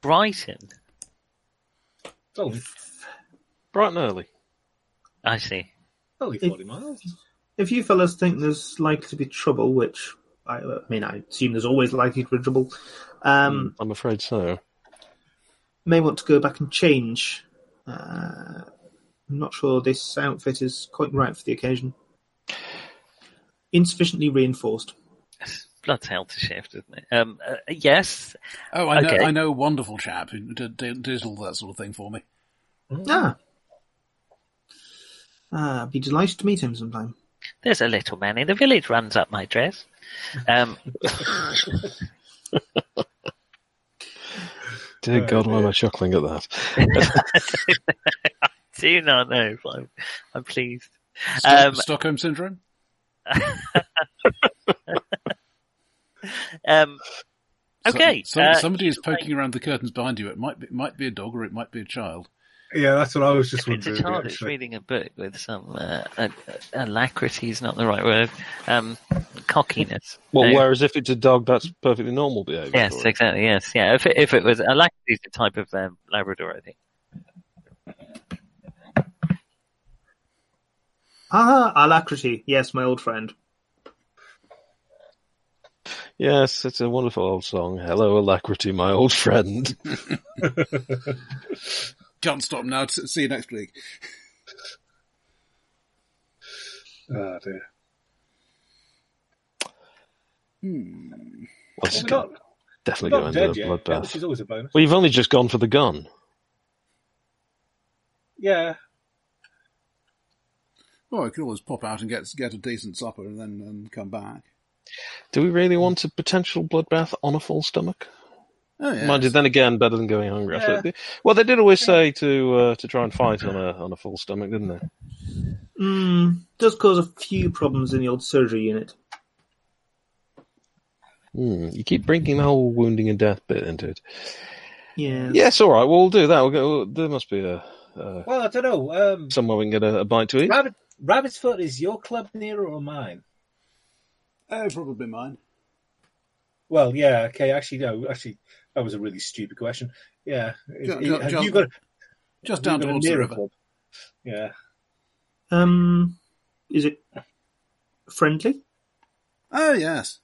E: Brighton.
H: It's only,
F: Bright and early.
E: I see.
H: only forty miles.
G: If you fellas think there's likely to be trouble, which I, uh, I mean, I assume there's always likely to be trouble,
E: Hmm.
G: um,
F: I'm afraid so.
G: may want to go back and change. Uh, I'm not sure this outfit is quite right for the occasion. Insufficiently reinforced.
E: It's blood's hell to shift, isn't it? Um, uh, yes,
A: Oh, I know,
E: Okay.
A: I know a wonderful chap who d- d- did all that sort of thing for me.
G: Ah. Ah, be delighted to meet him sometime.
E: there's a little man in the village runs up my dress. Um,
F: Dear God, why am I chuckling at that?
E: do not know. but I'm, I'm pleased.
A: Stock-
E: Um,
A: Stockholm syndrome.
E: Um,
A: So-
E: okay.
A: so-
E: uh,
A: somebody is poking around the curtains behind you. It might be, it might be a dog or it might be a child.
H: Yeah, that's what I was just uh,
E: if it's a
H: wondering.
E: child that's
H: actually.
E: reading a book with some uh, uh, alacrity is not the right word. Um, cockiness.
F: Well,
E: No.
F: whereas if it's a dog, that's perfectly normal behaviour.
E: Yes,
F: for it.
E: exactly. Yes, yeah. If it, if it was alacrity is the type of um, Labrador, I think.
G: Ah, alacrity. Yes, my old friend.
F: Yes, it's a wonderful old song. Hello, Alacrity, my old friend.
A: John, stop now. S- See you next week.
H: Ah, dear.
F: Once
H: Well, we're
F: again,
H: not, we're
F: definitely
H: not
F: going to
H: dead
F: end in
H: yet,
F: a
H: which
F: bloodbath.
H: is always a bonus.
F: Well, you've only just gone for the gun.
H: Yeah,
A: Well, I could always pop out and get get a decent supper and then and come back.
F: Do we really want a potential bloodbath on a full stomach?
A: Oh yeah.
F: Mind you, then again, better than going hungry. I thought they- Well, they did always say to uh, to try and fight on a on a full stomach, didn't they?
G: Mm, does cause a few problems in the old surgery unit.
F: Hmm, you keep bringing the whole wounding and death bit into it.
G: Yes.
F: Yes, all right. Well, we'll do that. We'll go, there must be a uh,
H: well, I don't know. Um,
F: somewhere we can get a, a bite to eat.
H: Rabbit, Rabbit's Foot is your club nearer or mine?
A: Oh, probably mine.
H: Well, yeah, okay. Actually, no. Actually, that was a really stupid question. Yeah, It-
A: Ju-
H: it-
A: ju-
H: have
A: ju-
H: you got
A: Just down
H: have you got a
A: towards the
H: nearer
A: river.
H: club? Yeah.
G: Um, is it friendly?
A: Oh yes.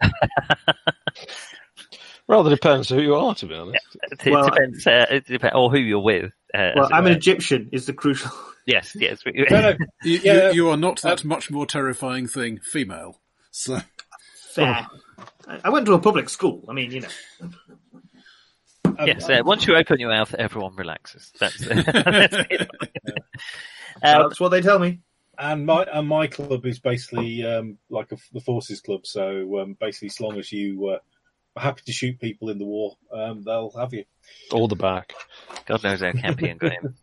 F: Rather depends who you are, to be honest.
E: It
G: Well, I-
E: depends. Uh, it depends, or who you're with. Uh,
G: Well,
E: as it
G: I'm an
E: were.
G: Egyptian. Is the crucial.
E: Yes, yes. we-
H: No, no,
A: You, you-
H: Yeah.
A: you, are not that much more terrifying thing, female. So
G: Fair. I I went to a public school. I mean, you know.
H: um,
E: yes.
H: um,
E: Uh, once you open your mouth, everyone relaxes. That's. um,
G: That's what they tell me.
H: and my and my club is basically um, like a, the forces club. So um, basically, as long as you uh, are happy to shoot people in the war, um, they'll have you.
F: Or the back.
E: God knows how campy and grim.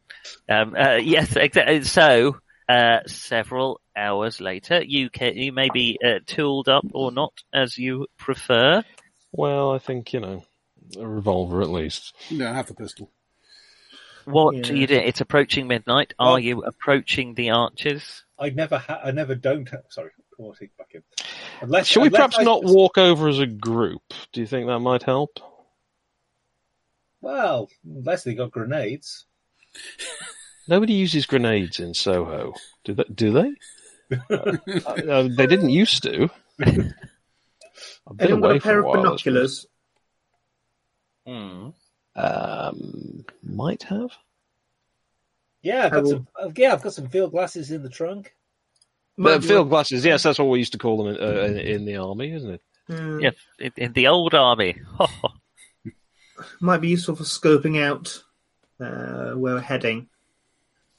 E: Um, uh, yes, exactly. So, uh, several hours later, you can, you may be uh, tooled up or not, as you prefer.
F: Well, I think you know a revolver at least.
A: no, have the pistol.
E: What
G: Yeah.
E: do you do? It's approaching midnight.
H: Well-
E: Are you approaching the archers?
H: I never, ha- I never don't. Ha- Sorry, I want to take it back in. Unless,
F: Should we
H: unless
F: perhaps
H: I-
F: not walk over as a group? Do you think that might help?
H: Well, unless they got grenades.
F: Nobody uses grenades in Soho, do they? Do they? Uh, uh, they didn't used to. I've been
G: Anyone got
F: away
G: a
F: for
G: pair
F: a
G: of
F: while. that's
G: binoculars?
E: Hmm.
F: been- Um, might have.
H: Yeah, I've got
G: Harold.
H: some. uh, Yeah, I've got some field glasses in the trunk.
F: Uh,
G: Mind you,
F: field glasses, yes, that's what we used to call them in, uh, in, in the army, isn't it?
G: uh,
E: Yeah, in, in the old army.
G: might be useful for scoping out uh, where we're heading,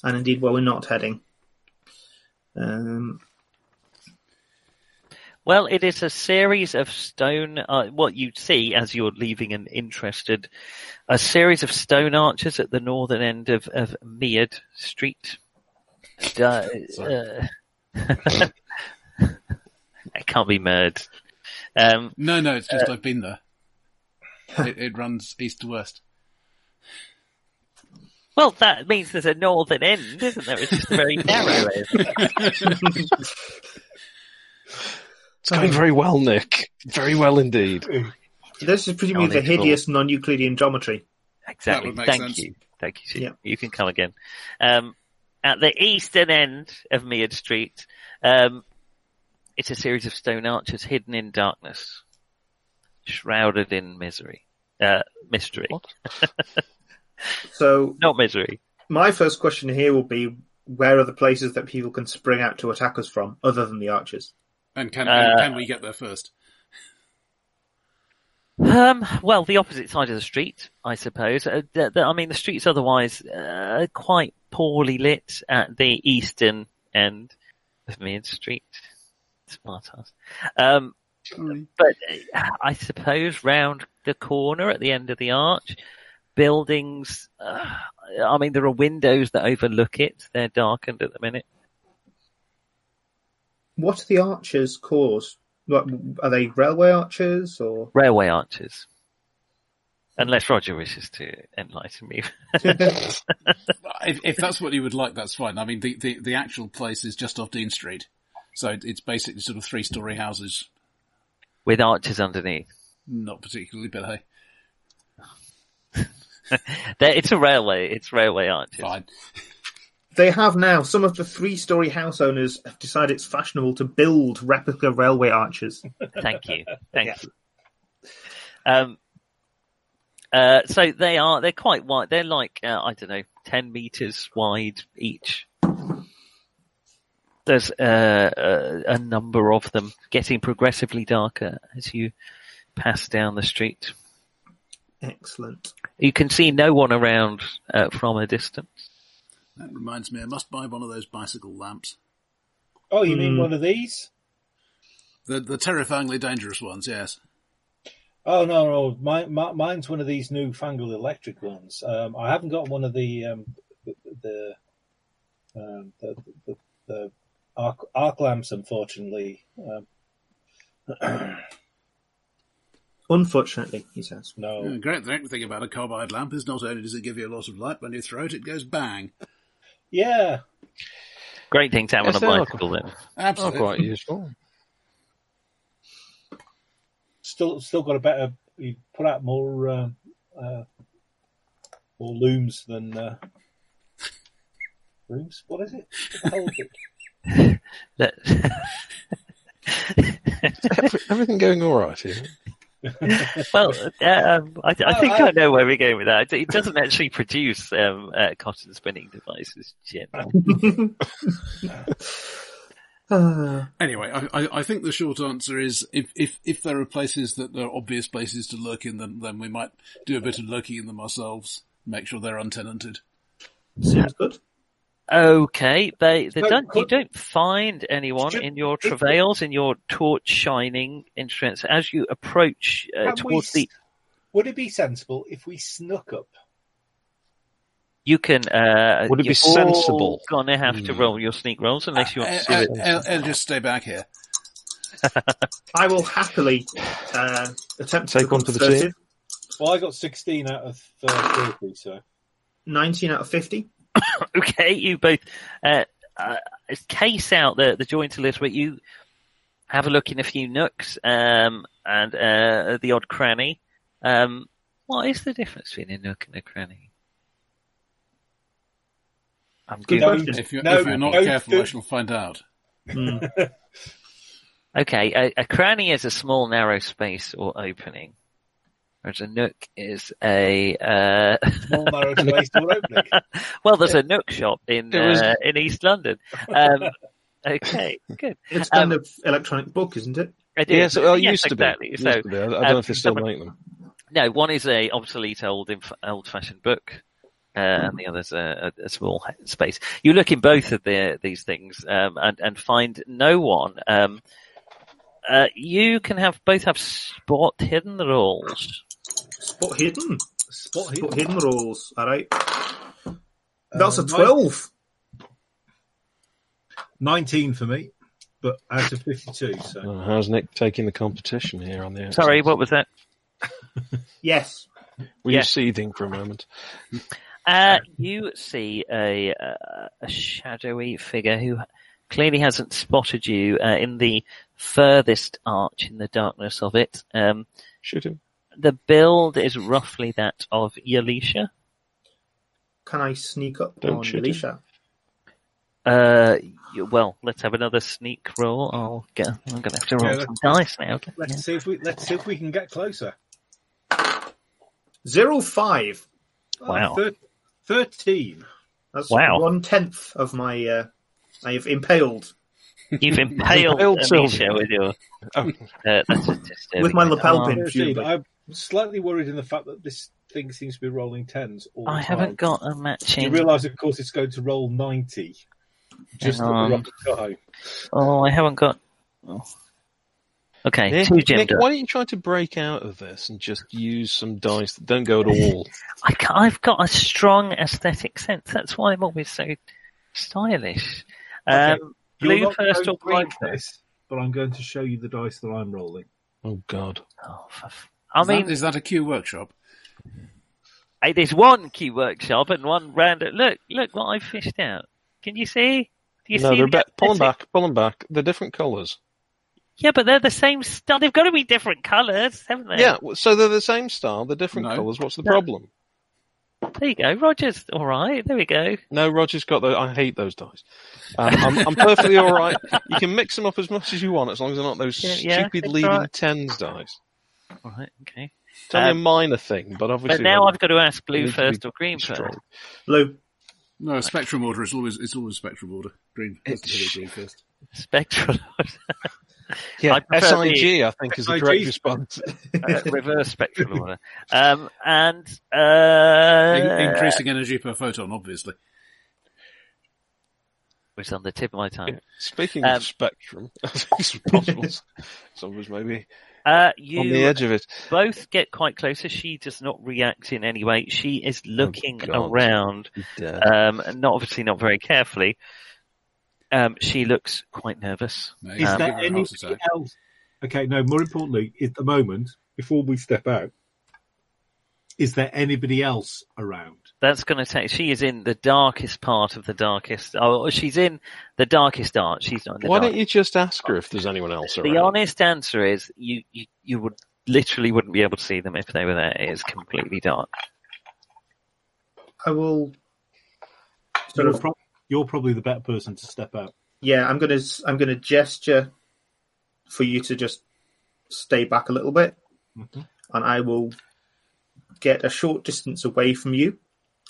G: and indeed where we're not heading. Um,
E: Well, it is a series of stone. Uh, what you see as you're leaving an interested, a series of stone arches at the northern end of of Mead Street. D- uh, it can't be murd. Um,
A: No, no, it's just I've been there. It, it runs east to west.
E: well, that means there's a northern end, isn't there? It's just very narrow. isn't it?
F: It's going very well, Nick. Very well indeed.
G: this is presumably the
E: Knowledgeable.
G: hideous non-Euclidean geometry.
E: Exactly.
A: That would make
E: Thank
A: sense.
E: you. Thank you. Sue.
G: Yeah.
E: You can come again. Um, at the eastern end of Mead Street, um, it's a series of stone arches hidden in darkness, shrouded in misery. Uh, mystery.
G: So
E: Not misery.
G: my first question here will be: Where are the places that people can spring out to attack us from, other than the archers?
A: And can
E: Uh,
A: and can we get there first?
E: Um, well, the opposite side of the street, I suppose. Uh, the, the, I mean, the street's otherwise uh, quite poorly lit at the eastern end of Mead Street. Smart ass. Um,
A: Sorry.
E: but uh, I suppose round the corner at the end of the arch, buildings. Uh, I mean, there are windows that overlook it. They're darkened at the minute.
G: What are the archers caused? What, are they railway archers or?
E: Railway arches. Unless Roger wishes to enlighten me.
A: If, if that's what you would like, that's fine. I mean, the, the, the actual place is just off Dean Street, so it, it's basically sort of three story houses.
E: With arches underneath.
A: Not particularly, but hey,
E: There, it's a railway. It's railway arches.
A: fine.
G: They have now. Some of the three-story house owners have decided it's fashionable to build replica railway arches.
E: Thank you. Thank you. Um, uh, so they are, they're quite wide. They're like, uh, I don't know, 10 meters wide each. There's uh, a, a number of them getting progressively darker as you pass down the street.
G: Excellent.
E: You can see no one around uh, from a distance.
A: That reminds me, I must buy one of those bicycle lamps.
H: Oh, you mean one of these?
A: The the terrifyingly dangerous ones, yes.
H: Oh no, no, my, my, mine's one of these new fangled electric ones. Um, I haven't got one of the um, the the, um, the, the, the arc, arc lamps, unfortunately. Um,
G: Unfortunately, he says.
H: no,
A: The great thing thing about a carbide lamp is not only does it give you a lot of light, when you throw it, it goes bang.
H: yeah,
E: Great thing to have on
F: Yes,
E: a
F: they are
E: bicycle then.
F: Not
A: Absolutely.
F: quite useful.
H: still still got a better. You put out more um, uh, more looms than uh, looms. What is it? What the hell is it?
E: Let-
F: Every, everything going all right here.
E: Well, um, I, I
H: Oh,
E: think
H: I-
E: I know where we're going with that. It doesn't actually produce um, uh, cotton spinning devices. Jim.
G: Ah,
A: Anyway, I, I, I think the short answer is if, if, if there are places that are obvious places to lurk in them, then we might do a bit of lurking in them ourselves, make sure they're untenanted.
G: seems good.
E: Okay, they, they
H: So,
E: don't. You
H: could-
E: don't find anyone
H: Should-
E: in your travails, in your torch shining instruments as you approach uh,
H: Have we
E: towards the.
H: Would it be sensible if we snuck up?
E: You can. Uh,
F: Would it be
E: you're
F: sensible? Hmm.
E: all Gonna have to roll your sneak rolls unless you want
A: Uh,
E: to.
A: uh, uh, uh, just stay back here.
G: I will happily uh, attempt to
F: Take one
G: become
F: for the team.
G: assertive.
H: Well, I got sixteen out of uh, thirty, so
G: 19 out of 50.
E: okay, you both uh, uh, case out the the joint a little bit. You
C: have a look in a few nooks um, and uh, the odd cranny. Um, what is the difference between a nook and a cranny? I'm
H: Good
C: Googling.
H: question.
A: If you're,
H: No,
A: if you're not
H: no,
A: careful,
H: do-
A: I shall find out.
G: Hmm.
C: Okay, a, a cranny is a small, narrow space or opening, whereas a nook is a. Uh,
H: Small narrow space door opening.
C: well, there's a nook shop in
F: There was-
C: uh, in East London. Um, okay, good.
G: It's
C: Um,
G: kind of electronic book, isn't it?
C: I do.
F: Yes, well, it
C: Yes,
F: used to be.
C: exactly.
F: It
C: So,
F: used to be. I I don't
C: um,
F: know if they still
C: someone-
F: make them.
C: No, one is a obsolete old inf- old-fashioned book, uh, and the other's a, a, a small ha- space. You look in both of the, these things um, and and find no one. Um, uh, you can have both have spot hidden rules.
G: Spot hidden.
H: Spot
G: Spot
H: hidden.
G: hidden rolls. All right. That's
H: Uh,
G: a
H: nine-
G: 12.
H: 19 for me, but out of 52, so.
F: Oh, how's Nick taking the competition here on the outside?
C: Sorry, what was that?
G: Yes.
F: Were
C: Yeah.
F: you seething for a moment?
C: Uh, you see a uh, a shadowy figure who clearly hasn't spotted you uh, in the furthest arch in the darkness of it. Um,
F: Shoot him.
C: the build is roughly that of Yalisha.
G: Can I sneak up
F: Don't
G: on
F: shoot him.
G: Alicia?
C: Uh, y- well, let's have another sneak roll. I'll get, I'm going to have to roll
H: Yeah,
C: some dice now.
H: Let's see if we let's see if we can get closer.
G: Zero five.
H: Oh,
C: Wow.
H: thir- 13.
G: That's
C: Wow.
G: one tenth of my. Uh, I have impaled
C: You've impaled
F: Impaled
C: Alicia
F: Sylvia.
C: with your.
F: Oh.
C: Uh, that's just
G: with my lapel
C: Oh,
G: pin.
H: 13.
G: presumably.
H: I'm slightly worried in the fact that this thing seems to be rolling tens all the
C: I
H: time.
C: haven't got a
H: You
C: matching.
H: realise, of course, it's going to roll 90. Just at
C: Hang
H: the
C: on.
H: rocket Tahoe.
C: Oh, I haven't got. oh. Okay,
F: Nick,
C: two gem
F: Nick,
C: dice.
F: why don't you try to break out of this and just use some dice that don't go at all?
C: I ca- I've got a strong aesthetic sense. That's why I'm always so stylish. Um,
H: Okay. You're
C: Blue
H: not
C: first or
H: going to
C: green
H: like
C: first?
H: this, but I'm going to show you the dice that I'm rolling.
F: Oh, God.
C: Oh, for f- I
A: Is that-
C: mean,
A: is that a Q workshop?
C: Hey, there's one key workshop and one random. Look, look what I fished out. Can you see? Do you
F: no,
C: see?
F: they're
C: the
F: ba- pull them
C: aesthetic?
F: back, pull them back. They're different colours.
C: Yeah, but they're the same style. They've got to be different colours, haven't they?
F: Yeah, w- so they're the same style, they're different
A: No.
F: colours. What's the
C: No.
F: problem?
C: There you go. Roger's all right. There we go.
F: No, Roger's got those. I hate those dice. Um, I'm, I'm perfectly all right. You can mix them up as much as you want, as long as they're not those
C: Yeah, yeah,
F: stupid
C: it's
F: leading
C: all right.
F: tens dice.
C: All right. Okay.
F: It's only
C: Um,
F: a minor thing, but
C: But
F: obviously.
C: now
F: they're
C: I've got to ask
F: They
C: blue
F: need to
C: first
F: be
C: or green
F: strong.
C: first.
G: Blue.
A: No, spectrum order. It's always it's always spectrum order. Green. Has to be green first.
C: Spectral.
F: Yeah,
C: I prefer the-
F: SIG, I think, is the
H: SIG.
F: correct response.
C: uh, reverse spectral order. Um, and
A: In-
C: uh,
A: increasing energy per photon, obviously.
C: it's on the tip of my tongue.
F: Speaking
C: Um,
F: of spectrum, it's possible. Some of us maybe
C: Uh,
F: on the
C: you
F: edge of it.
C: both get quite closer. She does not react in any way. She is looking
F: Oh, God.
C: around
F: Yeah.
C: um, not obviously not very carefully. Um, she looks quite nervous.
A: No,
H: Is
A: you
H: there
A: give her a heart
H: anything
A: attack.
H: else? Okay, no, more importantly, at the moment, before we step out, is there anybody else around?
C: That's going to take. She is in the darkest part of the darkest. Oh, she's in the darkest art. She's not in the
F: Why
C: dark.
F: don't you just ask her if there's anyone else around?
C: The honest answer is you, you you would literally wouldn't be able to see them if they were there. It is completely dark.
G: I will. Sort
H: You're,
G: of.
H: prob- you're probably the better person to step out.
G: Yeah, I'm gonna. I'm gonna gesture for you to just stay back a little bit, and I will get a short distance away from you,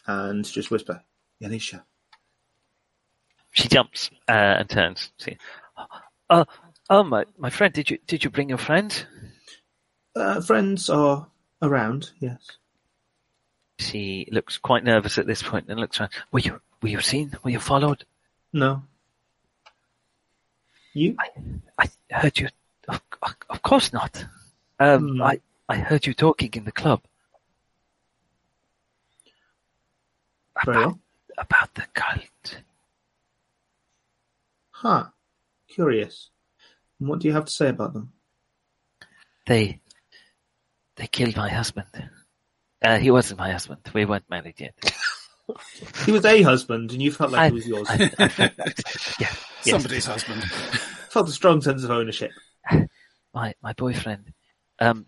G: and just whisper, Alicia.
C: She jumps uh, and turns. She, oh, oh my my friend, did you did you bring your friend?
G: Uh, friends are around. Yes.
C: She looks quite nervous at this point and looks around. Were you were you seen? Were you followed?
G: No. You?
C: I heard you. Of, of course not. Um,
G: Hmm.
C: I I heard you talking in the club
G: Very well.
C: about the cult.
G: Huh. Curious. And what do you have to say about them?
C: They they killed my husband. Uh, he wasn't my husband. We weren't married yet.
G: He was a husband, and you felt like
C: I-
G: he was yours.
C: I- I- yeah, yes.
A: Somebody's husband.
G: felt a strong sense of ownership.
C: my my boyfriend, um,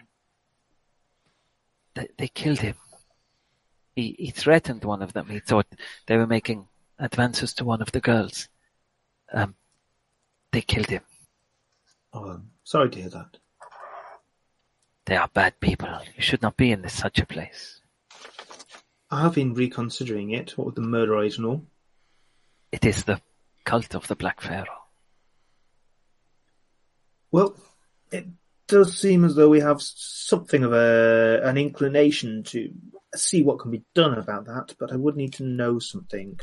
C: they, they killed him. He he threatened one of them. He thought they were making advances to one of the girls. Um, they killed him.
G: Oh, I'm sorry to hear that.
C: They are bad people. You should not be in this such a place.
G: I have been reconsidering it, what with the murder rate and all.
C: It is the cult of the Black Pharaoh.
G: Well, it does seem as though we have something of a an inclination to see what can be done about that, but I would need to know something.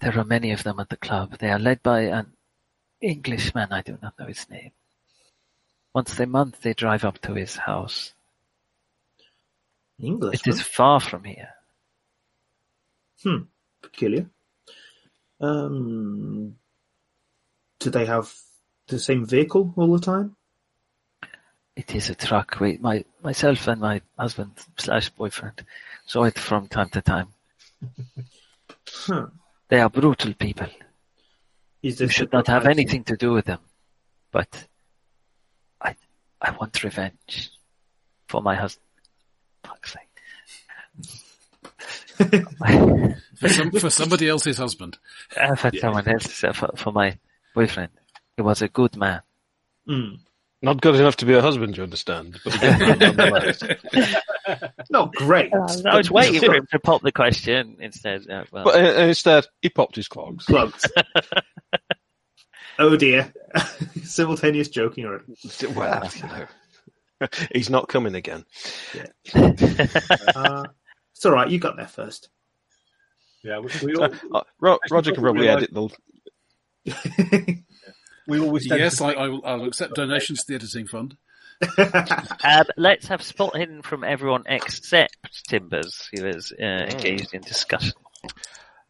C: There are many of them at the club. They are led by an Englishman. I do not know his name. Once a month, they drive up to his house.
G: An English,
C: It is far from here.
G: hmm, peculiar. Um, do they have the same vehicle all the time?
C: It is a truck. We, my myself and my husband slash boyfriend saw it from time to time.
G: Huh.
C: They are brutal people.
G: Is
C: You
G: this
C: should
G: the
C: not have
G: proprietor-
C: anything to do with them. But I, I want revenge for my husband. Fuck's sake.
A: for, some, for somebody else's husband.
C: Uh, for someone else, uh, for, for my boyfriend. He was a good man.
G: Hmm.
F: Not good enough to be a husband, you understand. But a good man nonetheless.
G: Not great.
C: Uh, I was
G: but
C: waiting
G: still
C: for him to pop the question instead. Uh, well,
F: But uh, instead, he popped his clogs.
G: plugged. oh dear! Simultaneous joking already.
F: Well, you know. he's not coming again.
G: Uh, it's all right. You got there first.
H: Yeah, we, we,
F: Uh,
H: all,
F: uh, Ro- Roger can probably edit the.
H: we always tend
A: Yes,
H: to
A: I, I will, I'll accept donations to the editing fund.
C: um, let's have spot hidden from everyone except Timbers, who is uh,
G: Mm.
C: engaged in discussion.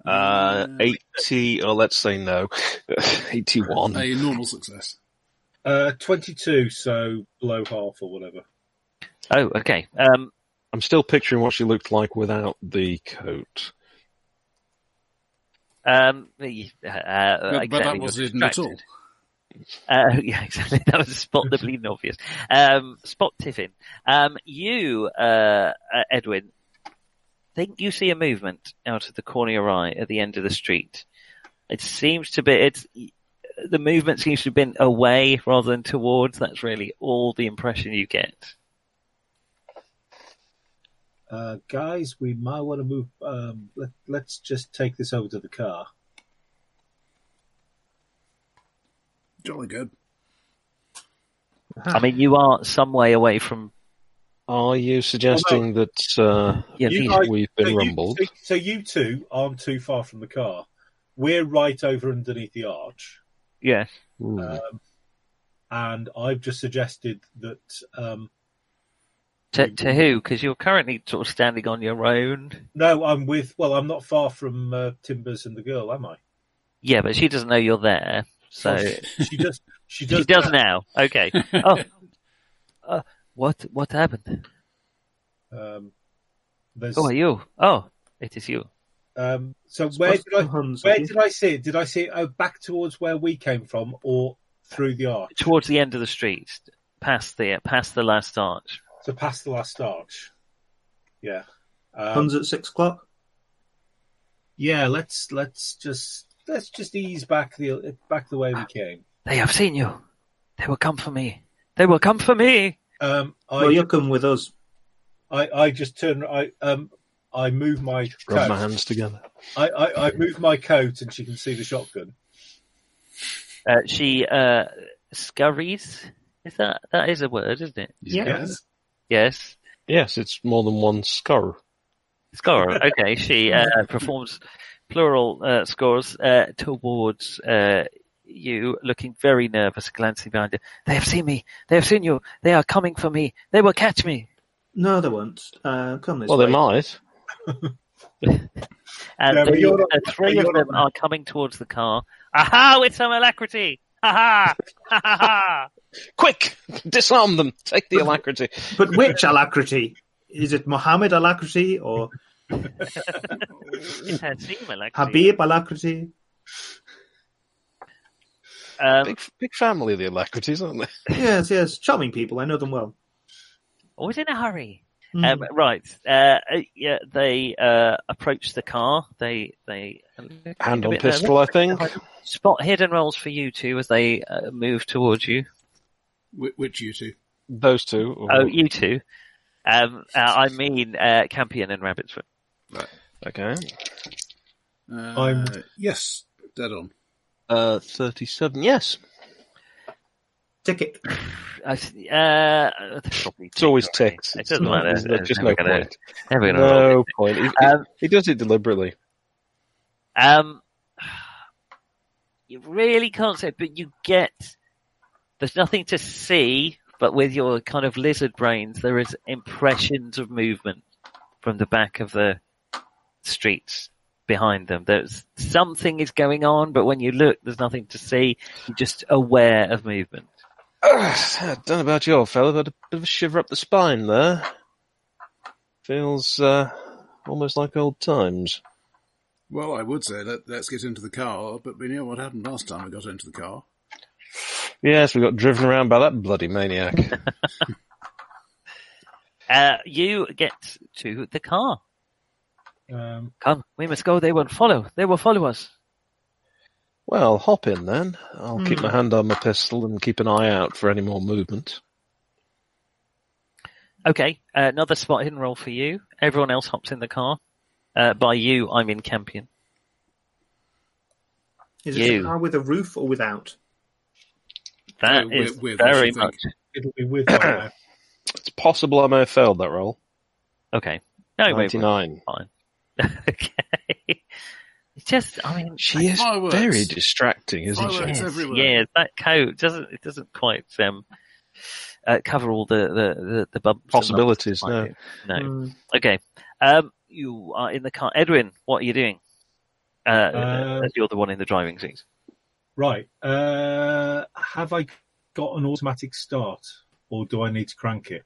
F: Uh, 80, or let's say no, 81.
A: A
C: Mm.
A: normal success.
H: uh, 22, so below half or whatever.
C: Oh, okay. Um,
F: I'm still picturing what she looked like without the coat.
C: um, the, uh, uh,
A: But, but
C: exactly,
A: that
C: you're
A: was hidden at all.
C: distracted. Uh, yeah, exactly. That was spot the bleeding obvious. Um, spot Tiffin. Um, you, uh, uh, Edwin, think you see a movement out of the corner of your eye at the end of the street. It seems to be, it's, the movement seems to have been away rather than towards. That's really all the impression you get.
H: Uh, guys, we might want to move. Um, let, let's just take this over to the car.
A: Jolly good.
C: I mean, you are some way away from,
F: Are you suggesting that uh,
C: yeah,
H: You
C: these-
H: guys-
F: we've
H: so
F: been
H: you-
F: rumbled?
H: so- so you two aren't too far from the car. We're right over underneath the arch.
C: yeah.
F: Hmm.
H: and I've just suggested that um,
C: To, to who? Because you're currently sort of standing on your own.
H: no, I'm with. Well, I'm not far from uh, Timbers and the girl, am I?
C: Yeah, but she doesn't know you're there. So
H: She does. She does.
C: she does
H: now.
C: now. Okay. Oh, uh, what what happened?
H: Um, there's,
C: Who are you? Oh, it is you.
H: um, so where did I?
G: Hans,
H: Where
G: okay.
H: did I see it? Did I see it oh, back towards where we came from, or through the arch?
C: Towards the end of the street, past the past the last arch.
H: So past the last arch. Yeah. Um,
G: Hans at six o'clock.
H: yeah. Let's let's just let's just ease back the back the way we came.
C: They have seen you. They will come for me. They will come for me.
H: Um, I,
G: Well, you're coming with us.
H: I I just turn. I um. I move my
F: Rub my
H: coat.
F: hands together.
H: I, I, I move my coat and she can see the shotgun.
C: Uh, she uh, scurries. Is that that is a word, isn't it?
H: Yes.
C: Yes.
F: Yes, it's more than one score.
C: Score. Okay, she uh, performs plural uh, scores uh, towards uh, you, looking very nervous, glancing behind you. They have seen me. They have seen you. They are coming for me. They will catch me.
G: No, they won't. Uh, come this
F: Well,
G: way.
F: they might.
C: And
H: Yeah, but
C: the,
H: you're not-
C: the three
H: but
C: of
H: you're
C: them
H: not-
C: are coming towards the car. Aha! With some alacrity. Ha ha! Ha ha!
F: Quick! Disarm them! Take the alacrity.
G: But which alacrity? Is it Mohammed alacrity or
C: It has seemed alacrity.
G: Habib alacrity?
C: Um,
F: Big, big family, the Alacrities, aren't they?
G: yes, yes, charming people. I know them well. Hmm.
C: always in a hurry.
H: Hmm.
C: Um, right. Uh, yeah, they uh, approach the car. They they
F: Hand
C: a
F: on
C: bit nervous.
F: pistol, I think.
C: Spot hidden rolls for you two as they uh, move towards you.
A: Wh- Which you two?
F: Those two. or-
C: Oh, you two. Um, uh, I mean, uh, Campion and Rabbitsfoot.
F: Okay.
A: Uh,
H: I'm-
A: yes, dead on.
F: Uh, 37, yes.
G: Ticket.
C: I s- Uh, they're probably
F: It's always
C: ticked, aren't
F: ticks.
C: they? It
F: It's
C: doesn't
F: not-
C: matter.
F: there's just
C: Never
F: no
C: gonna-
F: point.
C: Never gonna roll.
F: No point. He, he-
C: Um,
F: he does it deliberately.
C: Um, you really can't say, but you get. There's nothing to see, but with your kind of lizard brains, there is impressions of movement from the back of the streets behind them. There's something is going on, but when you look, there's nothing to see. You're just aware of movement.
F: Ugh, don't know about you, old fella, but a bit of a shiver up the spine there. Feels uh, almost like old times.
A: Well, I would say let, let's get into the car, but we know what happened last time we got into the car.
F: Yes, we got driven around by that bloody maniac.
C: Uh, you get to the car.
H: Um,
C: Come, we must go. They won't follow. They will follow us.
F: well, hop in then. I'll keep my hand on my pistol and keep an eye out for any more movement.
C: Okay, uh, another spot hidden roll for you. Everyone else hops in the car. Uh, by you, I mean Campion.
G: Is
C: You.
G: it a car with a roof or without?
C: That
A: Oh,
C: is
A: we're- we're- we
C: very
A: should
C: much
A: think.
H: it'll be with my
F: It's possible I may have failed that roll.
C: okay. No, wait, wait.
F: 99.
C: okay. It's just, I mean,
F: She is
A: Fireworks.
F: very distracting, isn't
A: Fireworks.
C: yes,
F: she?
A: everywhere.
C: yeah, that coat doesn't it doesn't quite um, uh, cover all the the the, the bumps and
F: Possibilities, no.
C: lumps that might do. No.
G: Hmm.
C: Okay. Um, you are in the car, Edwin. What are you doing? Uh,
H: Um,
C: as you're the one in the driving seat.
H: Right. Uh, have I got an automatic start, or do I need to crank it?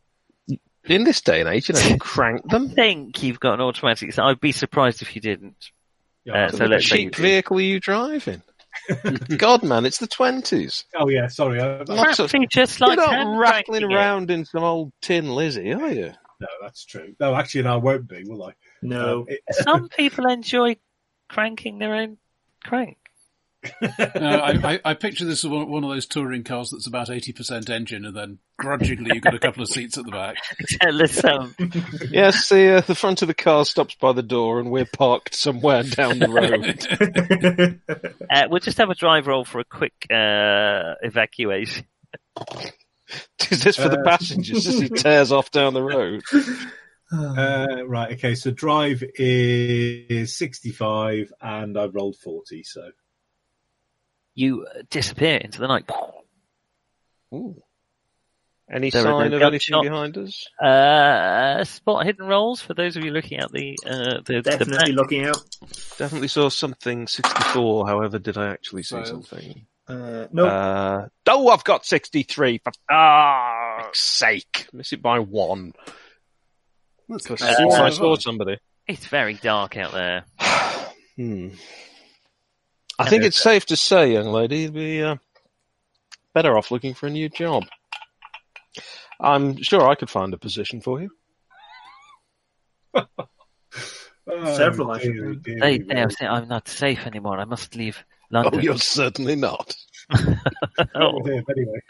F: In this day and age, you know, you crank
C: I
F: them.
C: think you've got an automatic. So I'd be surprised if you didn't. Uh, so
H: I-
C: let's say you
F: cheap
C: do.
F: vehicle are you driving? God, man, it's the 20s.
H: Oh yeah, sorry. I, I-
F: Not
C: Crap,
F: so-
C: see, just like
F: You're
C: hand
F: not rattling
C: cranking it.
F: around in some old tin Lizzie, are you?
H: no, that's true. No, actually, no, I won't be, will I?
G: No.
H: Um, it-
C: Some people enjoy cranking their own crank.
A: No, Uh, I, I, I picture this as one one of those touring cars that's about 80% engine and then grudgingly you've got a couple of seats at the back.
C: Listen, um,
F: Yes, the, uh, the front of the car stops by the door and we're parked somewhere down the road.
C: uh, we'll just have a drive roll for a quick uh, evacuation.
F: Is this for the
H: Uh,
F: passengers as he tears off down the road?
H: uh, right. Okay. So drive is sixty-five, and I've rolled forty. So
C: You uh, disappear into the night.
F: Ooh. Any
C: There are
F: sign
C: no
F: of anything
C: gunshots.
F: behind us?
C: Uh, spot hidden rolls for those of you looking at the uh, the, the
G: Definitely
C: back.
G: looking out.
F: Definitely saw something 64, however, did I actually see
A: Failed.
F: something?
G: Uh, no.
F: Uh, oh, I've got 63, for fuck's sake. Miss it by one.
A: That's
F: Because
A: that's
F: I
A: what
F: saw
A: I've-
F: somebody.
C: It's very dark out there.
F: Hmm. I think it's safe to say, young lady, you'd be uh, better off looking for a new job. I'm sure I could find a position for you.
H: Oh,
G: Several, I
H: dearie,
G: should
H: dearie
C: They,
H: me.
C: they are saying I'm not safe anymore. I must leave London.
F: Oh, you're certainly not.
C: Oh.
H: Anyway,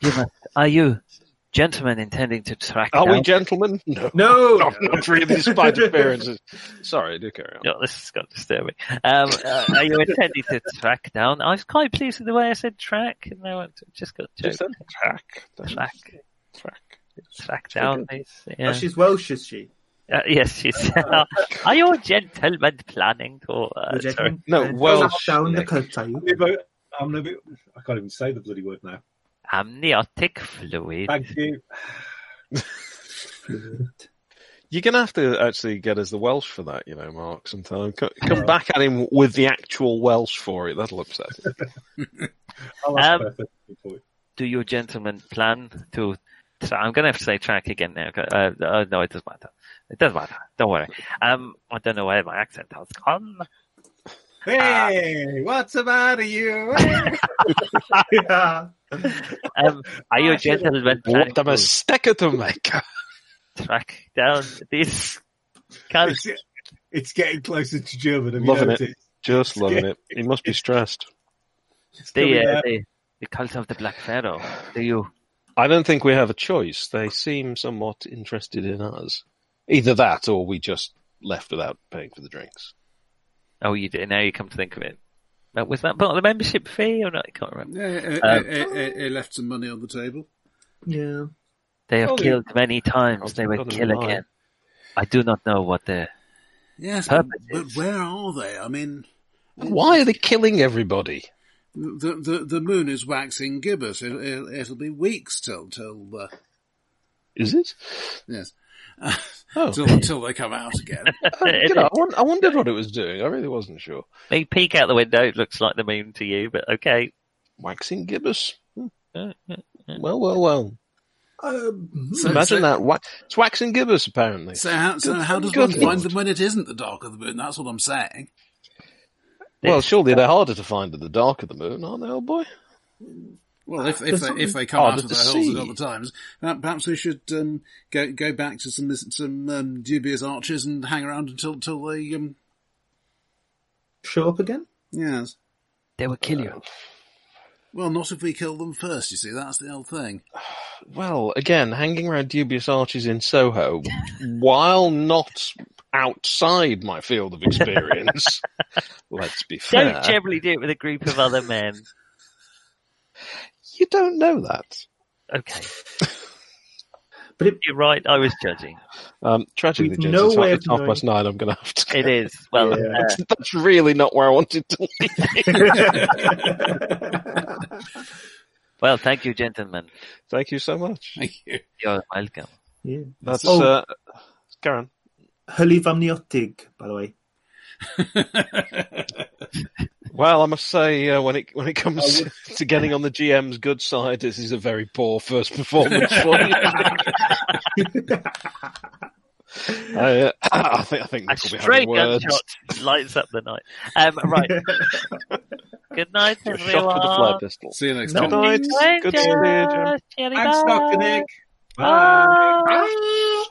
C: You must- are you gentlemen intending to track
F: Are we
C: down?
F: gentlemen? No.
H: Oh.
G: no.
F: Not, not really, despite appearances. Sorry, do carry on.
C: Oh, this has got disturbing. Um, uh, are you intending to track down? I was quite pleased with the way I said track, and now I just got
F: Just
C: choked.
F: then, track. then
C: Track,
F: track.
C: track down, please.
G: Oh,
C: Yeah.
G: she's Welsh, is she?
C: Uh, yes, she's. are you gentlemen planning to? Uh,
G: Would you
C: sorry.
G: reckon?
F: No,
G: Uh,
F: Welsh,
G: Down the
F: Nick.
G: coattail.
H: I'm gonna be- I'm gonna be- I can't even say the bloody word now.
C: Amniotic fluid.
H: Thank you.
F: You're going to have to actually get us the Welsh for that, you know, Mark, sometime. Co- Come back at him with the actual Welsh for it. That'll upset him.
H: I'll ask
C: Um,
H: Beth at some point.
C: Do you gentlemen plan to? So I'm going to have to say track again now. 'cause, Uh, uh, no, it doesn't matter. It doesn't matter. Don't worry. Um, I don't know where my accent has gone.
H: Hey, what's the matter you?
G: Yeah.
C: Um, are you a gentleman planning
F: What a
C: to
F: mistake to make.
C: track down these cunts?
H: it's, it's getting closer to German. Have
F: Loving
H: you
F: it.
H: noticed?
F: Just loving it. He must be stressed.
H: It's
C: The,
H: coming
C: uh,
H: out.
C: the, the cult of the Black Pharaoh. Do you?
F: I don't think we have a choice. They seem somewhat interested in us. Either that or we just left without paying for the drinks.
C: Oh, you do. Now you come to think of it. Uh, Was that part of the membership fee or not? I can't remember.
A: Yeah, it,
C: Um,
A: it- it- it left some money on the table.
G: yeah.
C: They have
F: Oh, they-
C: killed many
F: Oh,
C: times. They will
F: God,
C: kill
F: they're
C: again. I do not know what the.
A: Yes, but,
C: Purposes.
A: but where are they? I mean,
F: Why are they killing everybody?
A: the the, the moon is waxing gibbous. It, it, it'll be weeks till till uh,
F: Is it?
A: yes,
F: Oh,
A: till till they come out again.
F: Uh, you know, I, won- I wondered what it was doing. I really wasn't sure.
C: They peek out the window. It looks like the moon to you, but okay.
F: Waxing gibbous. Hmm.
C: Uh, uh, uh.
F: Well, well, well.
G: Um,
A: Hmm. So-
F: Imagine
A: so-
F: that. Wa- it's waxing gibbous, apparently.
A: So how, so
F: Good-
A: how does
F: good
A: one find
F: Lord.
A: them when it isn't the dark of the moon? That's what I'm saying.
F: Well, surely they're harder to find at the dark of the moon, aren't they, old boy?
A: Well, if
G: There's
A: if they,
G: something-
A: if they come
F: Oh,
A: out
F: there's
A: of
F: the
A: their holes at
F: sea.
A: other times, uh, perhaps we should um, go go back to some some um, dubious arches and hang around until until they um,
G: show up again?
A: yes.
C: They will kill you.
A: Well, not if we kill them first. You see, that's the old thing.
F: Well, again, hanging around dubious arches in Soho, while not outside my field of experience, let's be fair,
C: Don't generally do it with a group of other men.
F: you don't know that.
C: Okay.
G: But it,
C: You're right. I was judging.
F: Um, tragically,
G: We've
F: Jensen,
G: no
F: it's
G: way
F: half,
G: of
F: it's half
G: knowing.
F: past nine. I'm going to have to.
C: It is. Well,
G: Yeah.
C: uh,
F: That's, that's really not where I wanted to leave.
C: well, thank you, gentlemen.
F: Thank you so much.
A: Thank you.
C: You're welcome.
G: yeah.
F: That's
G: Oh.
F: uh, Karen.
G: Hylivamniotig, by the way.
F: Well, I must say, uh, when it when it comes
H: I would-
F: to getting on the GM's good side, this is a very poor first performance for you. I, uh, I think I think
C: A
F: Nick will be having
C: stray
F: words.
C: gunshot lights up the night. Um, right. Good night,
F: You're
C: everyone.
F: shot with a flare pistol.
A: See you next
G: No.
A: time.
F: Good night. Good to see you, Jim.
C: Cheerio.
H: Thanks, Doctor Nick.
C: Bye.
G: Bye.